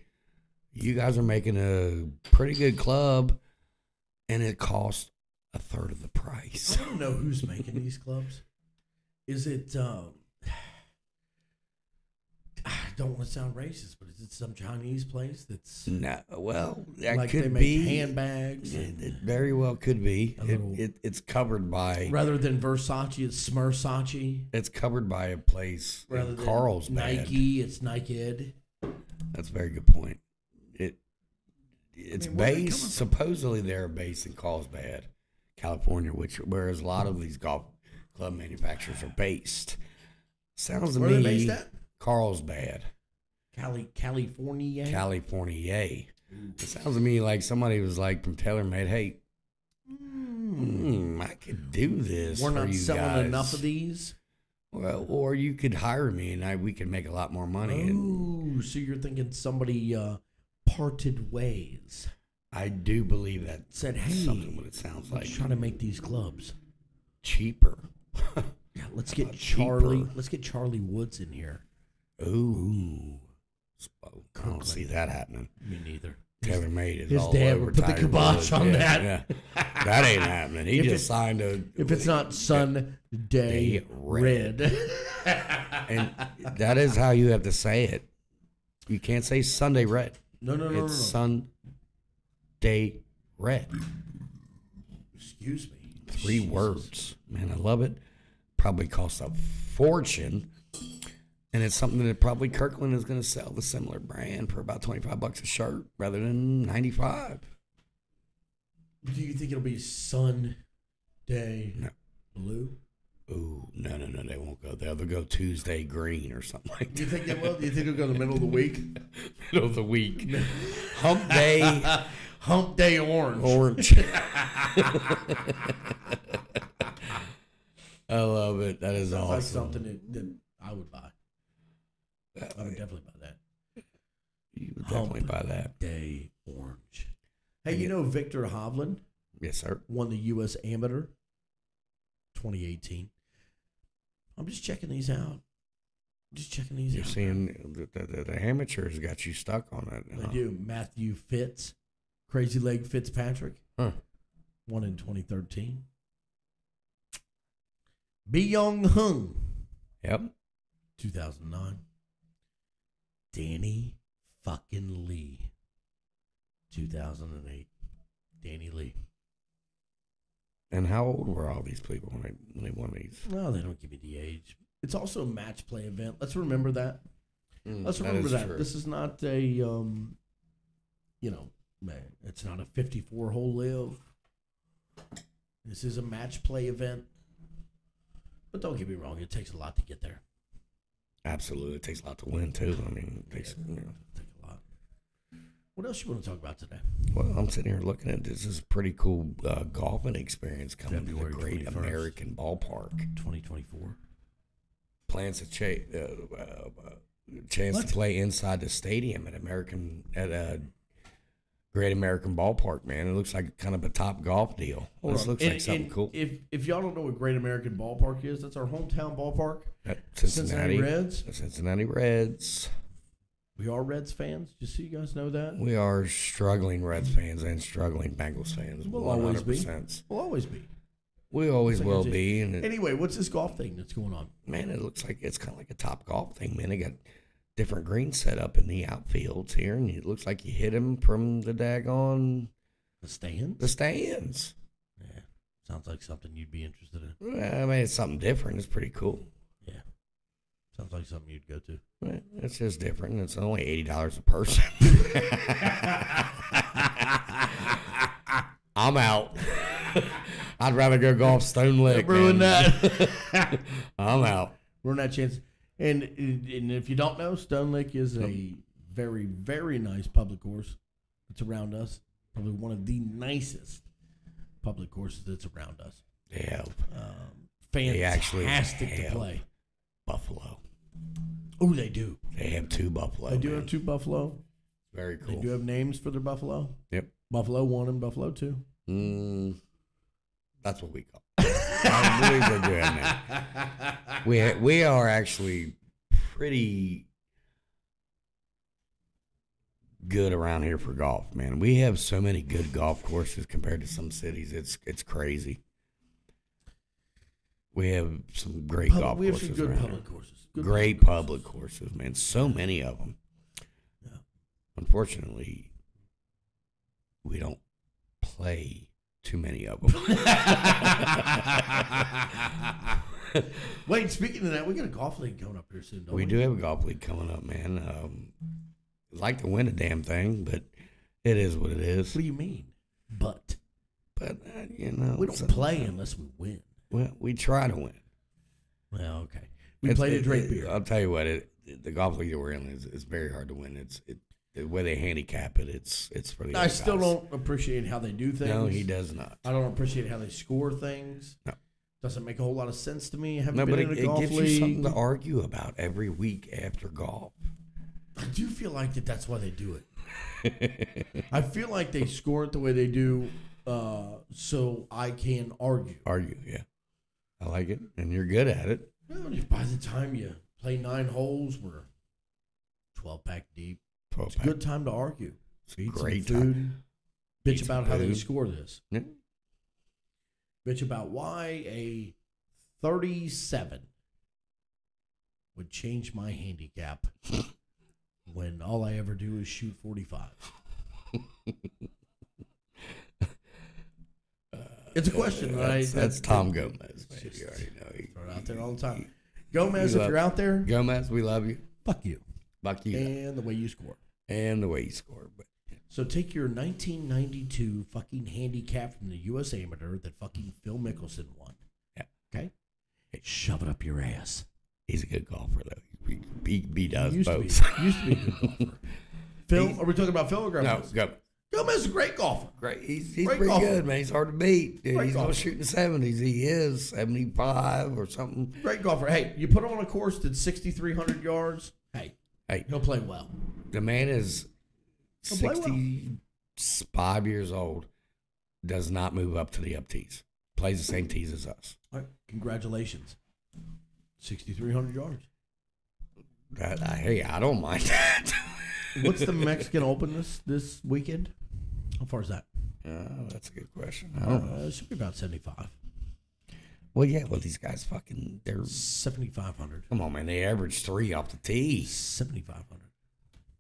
you guys are making a pretty good club, and it costs a third of the price.
I don't know who's making these clubs. Is it? Um, I don't want to sound racist, but is it some Chinese place that's
No, well, that
like
could
they make
be.
handbags?
It,
and-
it very well could be.
A
It,
little-
it, it's covered by.
rather than Versace, it's Smirsace.
It's covered by a place.
Rather
in
than
Carlsbad.
Nike, it's Nike Ed.
That's a very good point. It. It's
mean, where's it coming from?
based. Supposedly, they're based in Carlsbad, California, which whereas a lot of these golf club manufacturers are based. Sounds to
Where are
me
they based at?
Carlsbad,
Cali, California.
California.
Hmm.
It sounds to me like somebody was like from TaylorMade. Hey, hmm, I could do this.
We're
for
not
you
selling
guys.
enough of these.
Well, or you could hire me and I we could make a lot more money. And
Oh, so you're thinking somebody uh, parted ways?
I do believe that
Said, "Hey,
something what it sounds
Let's
like
try to make these clubs.
cheaper.
Yeah, let's get
Uh,
Charlie.
cheaper.
Let's get Charlie Woods in here.
Ooh, Oh, I don't see that happening.
Me neither.
Taylor made it.
his
all
dad
over
would put the
Tiger
kibosh
Woods.
on
Yeah,
that.
yeah. That ain't happening. He
If
just
it-
signed a.
If it's not Sunday
Day
Red,
Red. and that is how you have to say it. You can't say Sunday red.
no, no, no, no, no.
It's Sunday red.
Excuse me.
Three
Jesus.
words. Man, I love it. Probably cost a fortune. And it's something that probably Kirkland is going to sell the similar brand for about 25 bucks a shirt rather than 95.
Do you think it'll be Sunday
No.
Blue?
Ooh, no, no, no. They won't go there. They'll go Tuesday green or something like
Do you
that.
think they will? Do you think it'll go in the middle of the week?
Middle of the week. Hump day
Hump Day Orange.
orange. I love it. That is
Sounds
awesome.
like something that, that I would buy. I would definitely buy that.
You would definitely
Hump.
buy that.
Day Orange. Hey, you know Victor Hovland
Yes, sir.
won the U.S. Amateur 2018. I'm just checking these out. Just checking these
You're
out.
seeing the, the, the, the amateurs got you stuck on it.
They
huh?
do. Matthew Fitz, Crazy Leg Fitzpatrick,
Huh.
won in 2013. Bi Young Hung,
Yep.
2009. Danny fucking Lee, 2008. Danny Lee.
And how old were all these people when they when they won these?
No, they don't give you the age. It's also a match play event. Let's remember that. Mm, Let's
Mm, That
remember
is
that.
true.
This is not a, um, you know, man, it's not a 54 hole live. This is a match play event. But don't get me wrong, it takes a lot to get there.
Absolutely, it takes a lot to win too. I mean, it takes. You know,
It takes a lot. What else you want to talk about today?
well, I'm sitting here looking at this. This is a pretty cool uh, golfing experience coming
February
to the Great
21st.
American Ballpark.
2024.
Plans to cha- uh, uh, uh, chance
What?
to play inside the stadium at American at uh, Great American Ballpark. Man, it looks like kind of a top golf deal.
Hold
this
on.
looks
And-
like something
and
cool.
If if y'all don't know what Great American Ballpark is, that's our hometown ballpark.
At
Cincinnati,
Cincinnati,
Reds.
the Cincinnati Reds.
We are Reds fans. Just so you guys know that.
We are struggling Reds fans and struggling Bengals fans.
We'll always be.
100%.
We'll always be.
We always
It's like
will
it's a-
be. And it-
Anyway, what's this golf thing that's going on?
man, it looks like it's kind of like a top golf thing, man. They got different greens set up in the outfields here, and it looks like you hit them from the daggone
The stands?
the stands.
Yeah. Sounds like something you'd be interested in.
I mean, it's something different. It's pretty cool.
Yeah. Sounds like something you'd go to.
Right? It's just different. It's only eighty dollars a person. I'm out. I'd rather go golf Stone Lake.
ruined
man. I'm out.
We're not chance. And and if you don't know, Stone Lake is a very very nice public course that's around us. Probably one of the nicest public courses that's around us.
Yeah,
Um,
They actually
fantastic to
have-
play.
Buffalo.
Oh, they do.
They have two Buffalo.
They do
Oh, man.
have two buffalo.
Very cool.
They do have names for their buffalo.
Yep.
Buffalo one and buffalo two.
Mm, that's what we call. I believe they're doing that. We ha- we are actually pretty good around here for golf, man. We have so many good golf courses compared to some cities. It's it's crazy. We have some great
Public-
golf
we have
courses
some good
around
public
here.
courses. Good
great public courses, man. So many of them.
Yeah.
Unfortunately, we don't play too many of them.
Wait, speaking of that, we got a golf league coming up here soon, don't we?
we do have a golf league coming up, man. Um, I'd like to win a damn thing, but it is what it is.
What do you mean? But
But uh, you know,
we don't
so-
play unless we win.
Well, we try to win.
Well, okay. We
It's-
played at
it-
Drake
it- uh,
Beer.
I'll tell you what, it, the golf league that we're in is, is very hard to win. It's it, the way they handicap it. It's it's really.
I still don't appreciate how they do things.
No, he does not.
I don't appreciate how they score things.
No.
Doesn't make a whole lot of sense to me. I haven't
No,
been
but it,
in a
it
golf
gives you
league.
something to argue about every week after golf.
I do feel like that that's why they do it. I feel like they score it the way they do uh, so I can argue.
Argue, yeah. I like it, and you're good at it.
Well, by the time you play nine holes, we're 12 pack deep.
Twelve
It's a good time to argue.
See,
some
great
food,
time.
Bitch
Eat some
about how they
food.
score this.
Yeah.
Bitch about why a 37 would change my handicap when all I ever do is shoot 45. Uh, It's a question,
That's,
that I-
that's
that-
Tom Gomez.
It's
man.
just-
you already know. He-
Throw it out there all the time. Gomez, if
love-
you're out there,
Gomez, we love you.
fuck you.
Buck you. And,
And the way you score.
the way you score. But
So take your 1992 fucking handicap from the U.S. Amateur that fucking Phil Mickelson won.
Yeah.
Okay. Shove it up your ass.
he's a good golfer, though. He, he, he does
used
both.
to be, used to be a good golfer. Phil,
He's-
are we talking about Phil or
no,
Gomez?
go.
Gomez is a great golfer.
Great. He's, he's
Great
pretty
golfer.
good, man. He's hard to beat. Dude,
Great
he's going
golfer.
shooting 70s. He is 75 or something.
Great golfer. Hey, you put him on a course that's 6,300 yards. Hey,
Hey,
he'll play well.
The man is
He'll play well.
65 years old, does not move up to the up tees, plays the same tees as us.
All right, congratulations. 6,300 yards.
That, I, hey, I don't mind that.
What's the Mexican Open this this weekend? How far is that?
Oh, that's a good question. I don't know.
Uh, it should be about 75.
Well, yeah, well, these guys fucking, they're,
7,500.
come on, man, they average three off the tee.
7,500.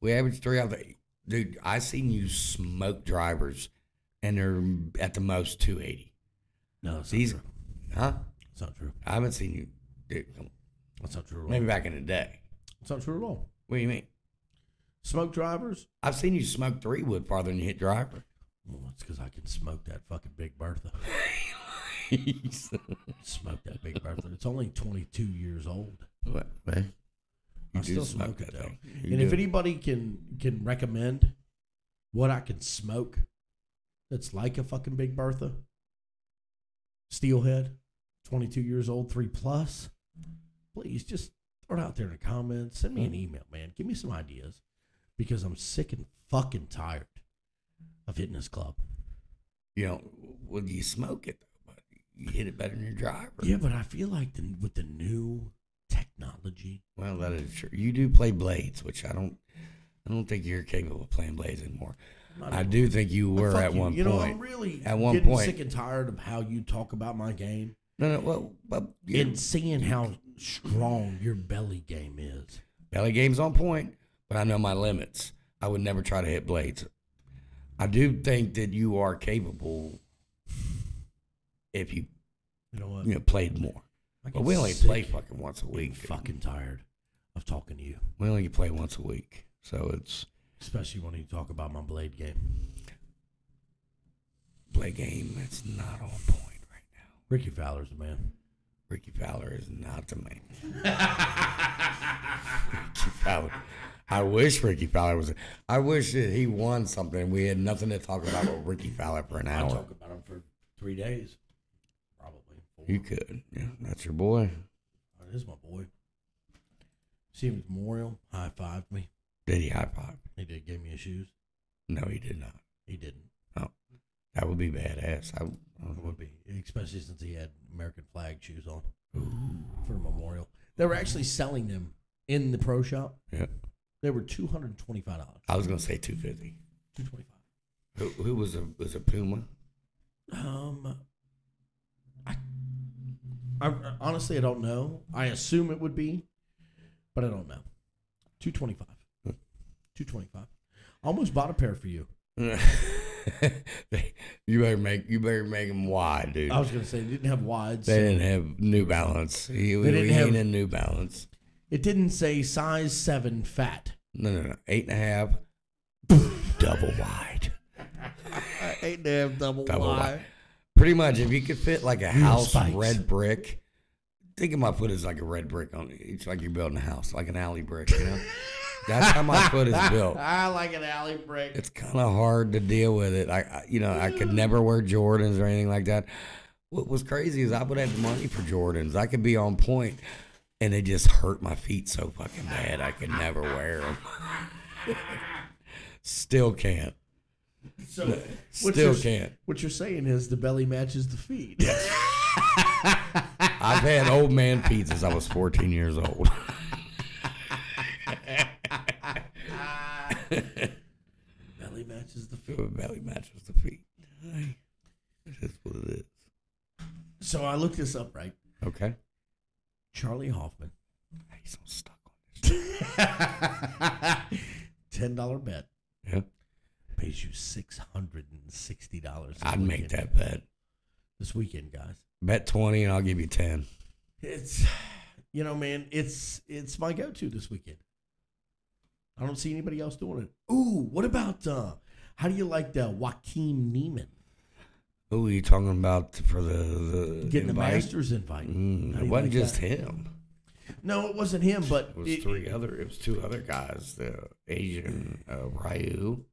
We average three off the, dude, I seen you smoke drivers and they're at the most 280.
No, that's not
These,
true.
huh?
That's not true.
I haven't seen you, dude, come on.
That's not true at all.
maybe back in the day.
That's not true at all.
What do you mean?
Smoke drivers?
I've seen you smoke three wood farther than you hit driver.
Well, it's because I can smoke that fucking Big Bertha. smoke that Big Bertha. It's only 22 years old.
what, man? You
I
do
still smoke it, though.
thing. You
and if
do.
anybody can can recommend what I can smoke that's like a fucking Big Bertha, Steelhead, 22 years old, three plus, please just throw it out there in the comments. Send me an email, man. Give me some ideas because I'm sick and fucking tired of hitting this club.
you know, well, you smoke it, though, but you hit it better than your driver.
Yeah, but I feel like the, with the new technology,
Well, that is true. You do play blades, which I don't. I don't think you're capable of playing blades anymore.
I'm not
I
even-
do think you were
Fuck
at
you.
one
you know,
point.
I'm really
At one
getting
point.
sick and tired of how you talk about my game.
no, no. Well, well your
and seeing how strong your belly game is.
belly game's on point, but I know my limits. I would never try to hit blades. I do think that you are capable if you
You know what?
you know played more.
I
But we only
sick
play fucking once a
and
week. dude.
fucking tired of talking to you,
We only play once a week, so it's
especially when you talk about my blade game.
play game. That's not on point right now.
Ricky Fowler's the man.
Ricky Fowler is not the man. Ricky Fowler. I wish Ricky Fowler was. I wish that he won something. We had nothing to talk about with Ricky Fowler for an
I
hour.
talk about him for three days, probably. Four.
You could. Yeah, that's your boy.
That is my boy. See him at Memorial. High fived me.
Did he high five?
He did give me his shoes.
No, he did not.
He didn't.
That would be badass. I, I
It
would.
would be, especially since he had American flag shoes on for Memorial. They were actually selling them in the pro shop.
Yeah. Ah.
They were two hundred twenty-five dollars.
I was gonna say two fifty.
Two twenty-five.
Who, who was a was a Puma?
Um, I, I honestly I don't know. I assume it would be, but I don't know. Two twenty-five.
Hmm.
Two twenty-five. Almost bought a pair for you.
you better make you better make him wide, dude.
I was gonna say it didn't have wides.
They didn't have New Balance. He, we
didn't
he ain't
have-
in New Balance.
It didn't say size seven fat.
No, no, no. Eight and a half, double wide.
Eight and a half double,
Double
Y.
Y. Pretty much, if you could fit like a house
spikes.
red brick, think of my foot as like a red brick on it's like you're building a house, like an alley brick, you know? That's how my foot is built.
I like an alley brick.
It's kind of hard to deal with it. I, I, you know, I could never wear Jordans or anything like that. What was crazy is I would have money for Jordans. I could be on point, and they just hurt my feet so fucking bad. I could never wear them. Still can't.
So what
Still
you're-
can't.
What you're saying is the belly matches the feet.
I've had old man feet since I was 14 years old.
belly matches the feet.
Belly matches the feet. That's what it is.
So I looked this up, right?
Okay.
Charlie Hoffman,
He's so stuck on this.
ten dollar bet
Yeah.
pays you six hundred and sixty dollars.
I'd make that bet.
this weekend, guys.
Bet 20 and I'll give you 10.
It's you know, man, it's it's my go to this weekend. I don't see anybody else doing it. Ooh, what about uh how do you like the Joaquin Neiman
Who are you talking about for the, the
getting a
invite?
Masters invite?
Mm,
How do
it
you
wasn't
like
just
that?
him.
No, it wasn't him, but
It was
it-
three other. It was two other guys. The Asian uh, Ryu.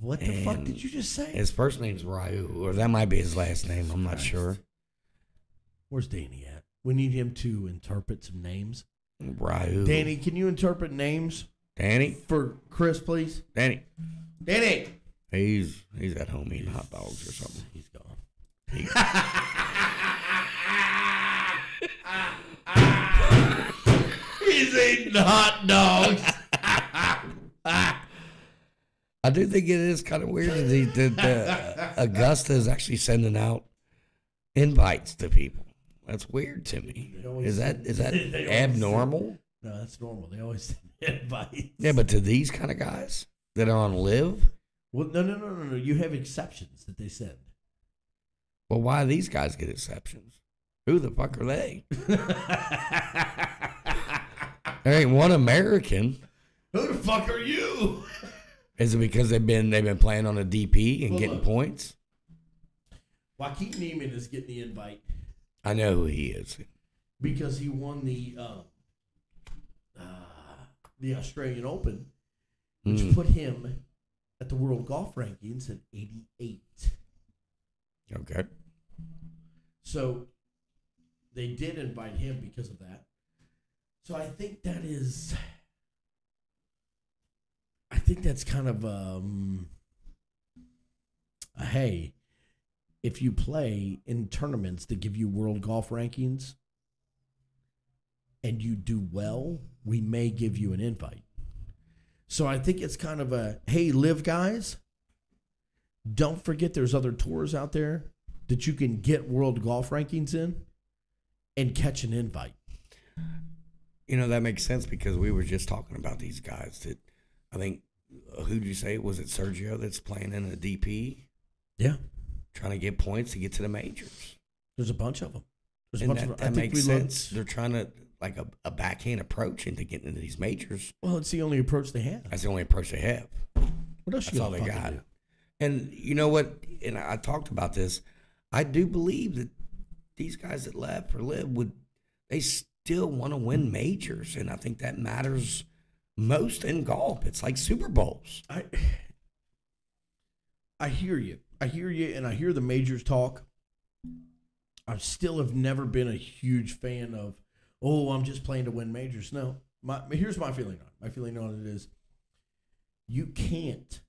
What the fuck
And
did you just say?
His first name's Ryu, or that might be his last name. I'm not
Christ.
sure.
Where's Danny at? We need him to interpret some names.
Ryu.
Danny, can you interpret names
Danny.
for Chris, please?
Danny.
Danny.
He's he's at home eating hot dogs or something.
He's gone. He's eating hot dogs.
I do think it is kind of weird that, the, that uh, Augusta is actually sending out invites to people. That's weird to me.
They always
Is that is that
They always
abnormal?
no, that's normal. They always send advice.
Yeah, but to these kind of guys that are on live,
well, no, no, no, no, no. You have exceptions that they send.
well, why do these guys get exceptions? Who the fuck are they? There ain't one American.
Who the fuck are you?
Is it because they've been they've been playing on a DP and
Well,
getting
look.
points?
Joaquin Neiman is getting the invite
I know who he is.
because he won the uh, uh, the Australian Open, which
Mm,
put him at the world golf rankings at 88.
okay.
So they did invite him because of that. So I think that is, I think that's kind of um, a, hey, if you play in tournaments that give you world golf rankings and you do well, we may give you an invite. So I think it's kind of a hey, live guys, don't forget there's other tours out there that you can get world golf rankings in and catch an invite.
You know, that makes sense because we were just talking about these guys that I think, uh, who'd you say? Was it Sergio that's playing in a DP,
Yeah.
trying to get points to get to the majors?
There's a bunch of them. There's a
And
bunch
that,
of them.
that makes
look-
sense. They're trying to, like, a, a backhand approach into getting into these majors.
well, it's the only approach they have.
That's the only approach they have.
What else
That's
you
all
gonna
they
fucking
got.
do?
And you know what? And I I talked about this. I do believe that these guys that left or live would they still want to win majors, and I think that matters most in golf. It's like Super Bowls.
I I hear you. I hear you, and I hear the majors talk. I still have never been a huge fan of, oh, I'm just playing to win majors. No, my here's my feeling on it. my feeling on it is, you can't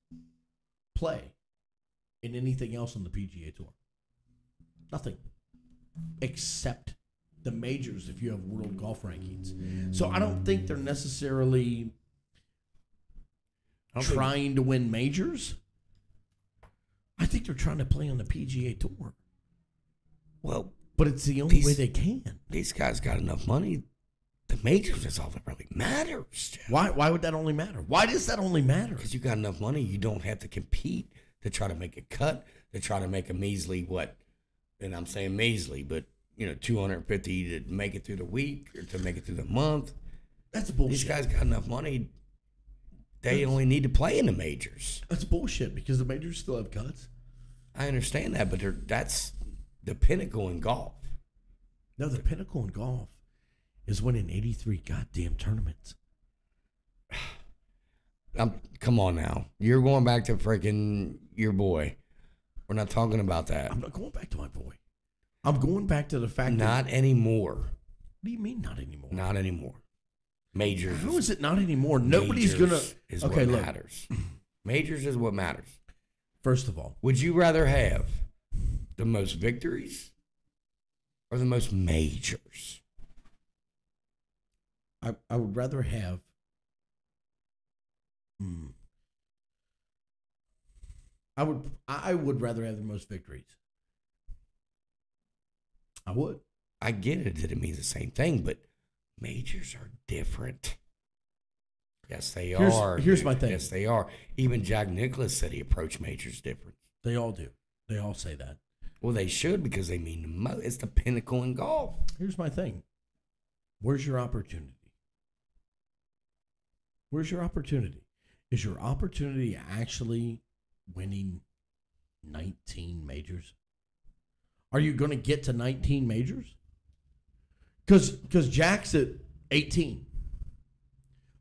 play in anything else on the PGA Tour. Nothing except the majors if you have world golf rankings. So I don't think they're necessarily
I don't think-
trying to win majors. I think they're trying to play on the PGA Tour,
well,
but it's the only
These-
way they can.
these guys got enough money. The majors is all that really matters.
Why? Why would that only matter? Why does that only matter?
Because you got enough money, you don't have to compete to try to make a cut, to try to make a measly what? And I'm saying measly, but you know, 250 to make it through the week or to make it through the month.
That's
These
bullshit.
guys got enough money. They only need to play in the majors.
That's bullshit because the majors still have cuts.
I understand that, but they're, that's the pinnacle in golf.
No, the pinnacle in golf is winning eighty-three goddamn tournaments.
I'm, come on now. You're going back to freaking your boy. We're not talking about that.
I'm not going back to my boy. I'm going back to the fact that.
Not anymore.
What do you mean not anymore?
Not anymore. Majors.
How is it not anymore? Nobody's
Majors
gonna.
Is
okay,
what
look.
matters. Majors is what matters.
First of all,
Would you rather have the most victories or the most majors?
I, I would rather have. Hmm. I would I would rather have the most victories. I would.
I get it that it means the same thing, but majors are different. Yes, they
Here's-
are.
here's
dude.
my thing.
Yes, they are. Even Jack Nicholas said he approached majors different.
They all do. They all say that.
Well, they should because they mean the most. It's the pinnacle in golf.
Here's my thing. Where's your opportunity? Where's your opportunity? Is your opportunity actually winning 19 majors? Are you going to get to 19 majors? Cuz cuz Jack's at 18.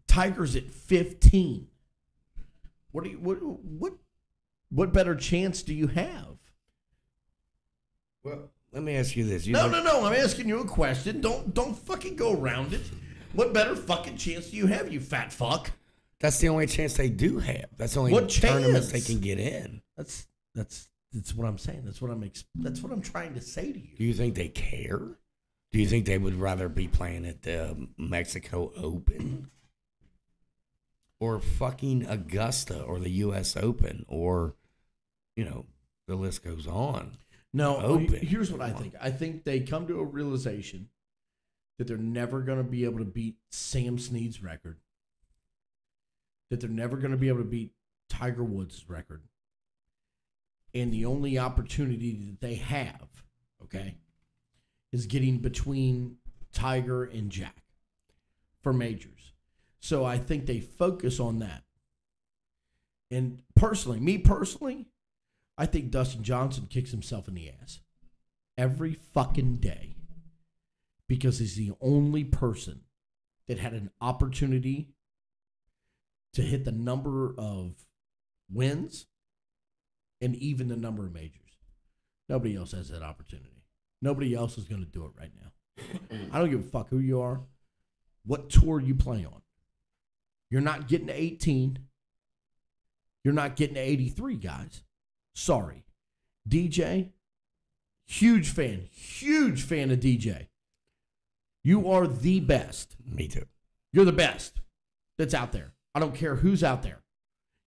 Tiger's at 15. What do you what what what better chance do you have?
Well, let me ask you this. You
No,
know-
no, no. I'm asking you a question. Don't don't fucking go around it. What better fucking chance do you have, you fat fuck?
That's the only chance they do have. That's the only
What
tournaments
chance?
they can get in.
That's that's that's what I'm saying. That's what I'm ex- that's what I'm trying to say to you.
Do you think they care? Do you think they would rather be playing at the Mexico Open or fucking Augusta or the U.S. Open or, you know, the list goes on?
No,
Open.
he- here's what I think. I think they come to a realization that they're never going to be able to beat Sam Snead's record. That they're never going to be able to beat Tiger Woods' record. And the only opportunity that they have, okay, is getting between Tiger and Jack for majors. So I think they focus on that. And personally, me personally, I think Dustin Johnson kicks himself in the ass every fucking day because he's the only person that had an opportunity to hit the number of wins and even the number of majors. Nobody else has that opportunity. Nobody else is going to do it right now. I don't give a fuck who you are, what tour you play on. You're not getting to 18. You're not getting to 83, guys sorry. DJ, huge fan, huge fan of DJ. You are the best.
Me too.
You're the best that's out there. I don't care who's out there.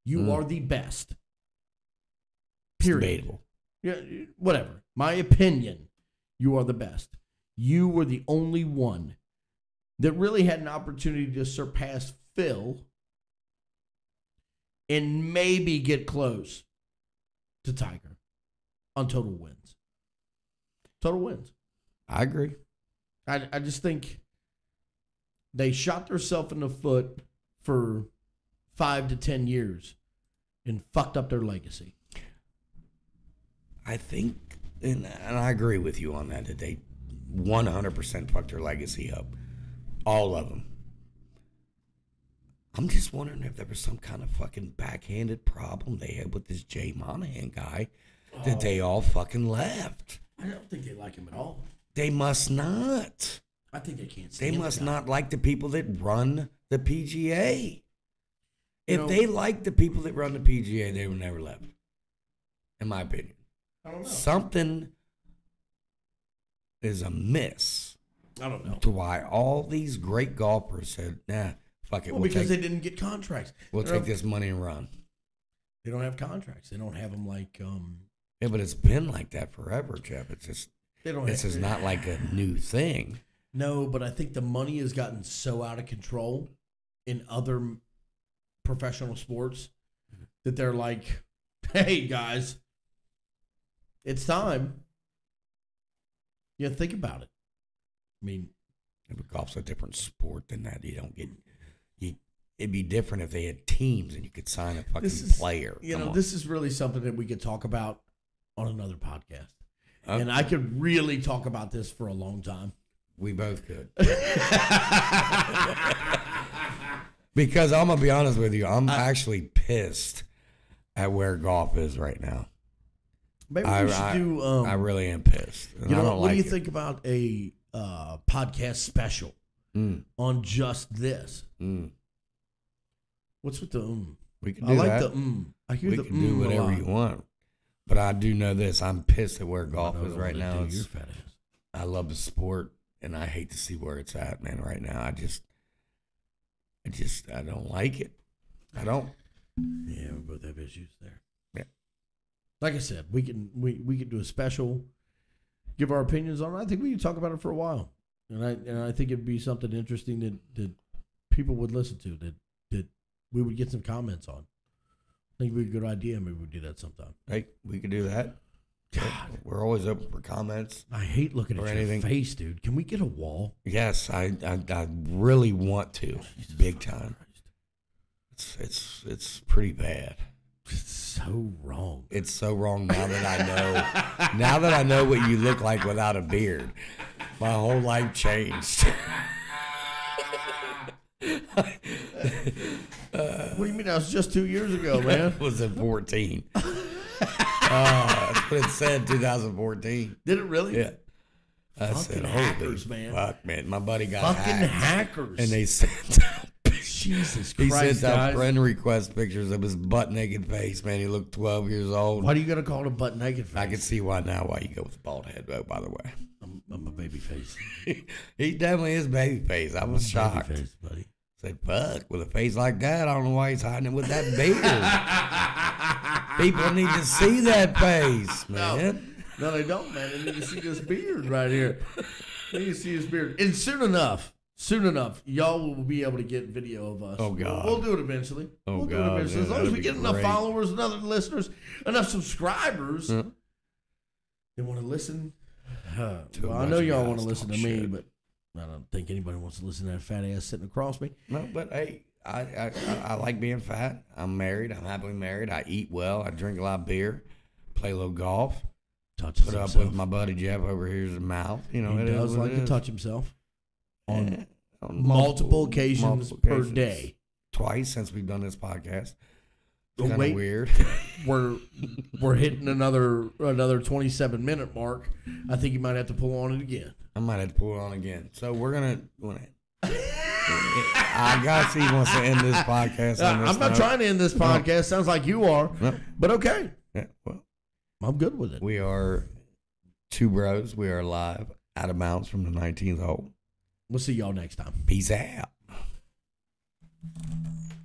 You
Mm.
are the best.
It's
Period.
Debatable.
Yeah, whatever. My opinion, you are the best. You were the only one that really had an opportunity to surpass Phil and maybe get close to Tiger on total wins. Total wins.
I agree.
I, I just think they shot themselves in the foot for five to 10 years and fucked up their legacy.
I think, and, and I agree with you on that, that they 100% fucked their legacy up. All of them. I'm just wondering if there was some kind of fucking backhanded problem they had with this Jay Monahan guy that they all fucking left.
Oh, I don't think they like him at all.
They must not.
I think they can't
They must not like the people that run the PGA. If
know-
they liked the people that run the PGA, they would never left. In my opinion.
I don't
something is amiss
I don't know.
to why all these great golfers said, nah, fuck it.
Well,
we'll
because
take,
they didn't get contracts.
we'll
They don't-
take this money and run.
They don't have contracts. They don't have them like um.
Yeah, but it's been like that forever, Jeff. It's just,
They don't.
this
have,
is not like a new thing.
No, but I think the money has gotten so out of control in other m- professional sports that they're like, "Hey guys, it's time." Yeah, think about it. I mean,
Yeah, but golf's a different sport than that. You don't get, you, it'd be different if they had teams and you could sign a fucking
This is-
player.
you
Come
know,
on.
this is really something that we could talk about on another podcast,
Uh,
and I could really talk about this for a long time.
we both could. Because I'm gonna be honest with you, I'm actually pissed at where golf is right now.
Maybe
I,
we should
I-
do. Um,
I really am pissed. and
You
I
know,
don't
what do you
like it.
think about a uh, podcast special
Mm,
on just this?
mm.
What's with the mm?
We can do
I like
that.
the mm. I hear
we
the
can do
mm a
whatever
lot.
you want. But I do know this: I'm pissed at where
I
golf
don't
is
know
right
what to
now.
do,
It's-
You're fat ass.
I love the sport, and I hate to see where it's at, man. Right now, I just, I just, I don't like it. I don't.
Yeah, we both have issues there.
Yeah.
Like I said, we can we we can do a special, give our opinions on. it. I think we can talk about it for a while, and I and I think it'd be something interesting that that people would listen to that that we would get some comments on. I think it'd be a good idea. Maybe we do that sometime.
Hey, we could do that.
God.
We're always open for comments.
I hate looking at
Or
your
anything.
face, dude. Can we get a wall?
Yes, I, I, I really want to, big time. It's, it's, it's pretty bad.
It's so wrong.
It's so wrong now that I know. now that I know what you look like without a beard, my whole life changed.
What do you mean? That was just two years ago, man.
It was in fourteen. Uh, that's what it said, 2014.
Did it really?
Yeah. I
Fucking
said, holy
hackers, man.
fuck, man. My buddy got
Fucking
hacked.
hackers.
And they sent out
Jesus
He
Christ,
sent out
guys.
friend request pictures of his butt naked face, man. He looked 12 years old.
Why do you gotta call it a butt naked?
I
Face?
can see why now why you go with the bald head, though, by the way.
I'm, I'm a
babyface. he definitely is babyface. I was shocked.
Babyface, buddy.
Said, fuck, with a face like that, I don't know why he's hiding it with that beard. People need to see that face, man.
No, they don't, man. They need to see this beard right here. They need to see his beard. And soon enough, soon enough, y'all will be able to get video of us.
Oh, God.
We'll do it eventually.
Oh,
we'll
God,
do it eventually.
yeah,
as long as
that'd
we
be
get enough
great.
followers, enough listeners, enough subscribers.
Huh?
They want to listen. Uh,
Too
well, I
much
know
of
y'all
guys
want to listen to
talk
me,
shit.
but I don't think anybody wants to listen to that fat ass sitting across me.
No, but hey, I, I, I, I like being fat. I'm married. I'm happily married. I eat well. I drink a lot of beer. Play a little golf.
Touches
Put
himself.
up with my buddy Jeff over here's mouth. You know,
he
it is
does
what
like
it
to
is.
touch himself
Yeah,
on
on
multiple, occasions
multiple
per
occasions.
day.
Twice since we've done this podcast.
Oh,
Kind of
wait.
weird.
we're we're hitting another another 27 minute mark. I think you might have to pull on it again.
I might have to pull it on again. So we're gonna. Wanna, I got to see wants to end this podcast.
Uh,
on this
I'm not
note.
trying to end this podcast. Sounds like you are,
No.
but okay,
Yeah, well,
I'm good with it.
we are two bros. We are live out of bounds from the 19th hole.
We'll see y'all next time.
Peace out.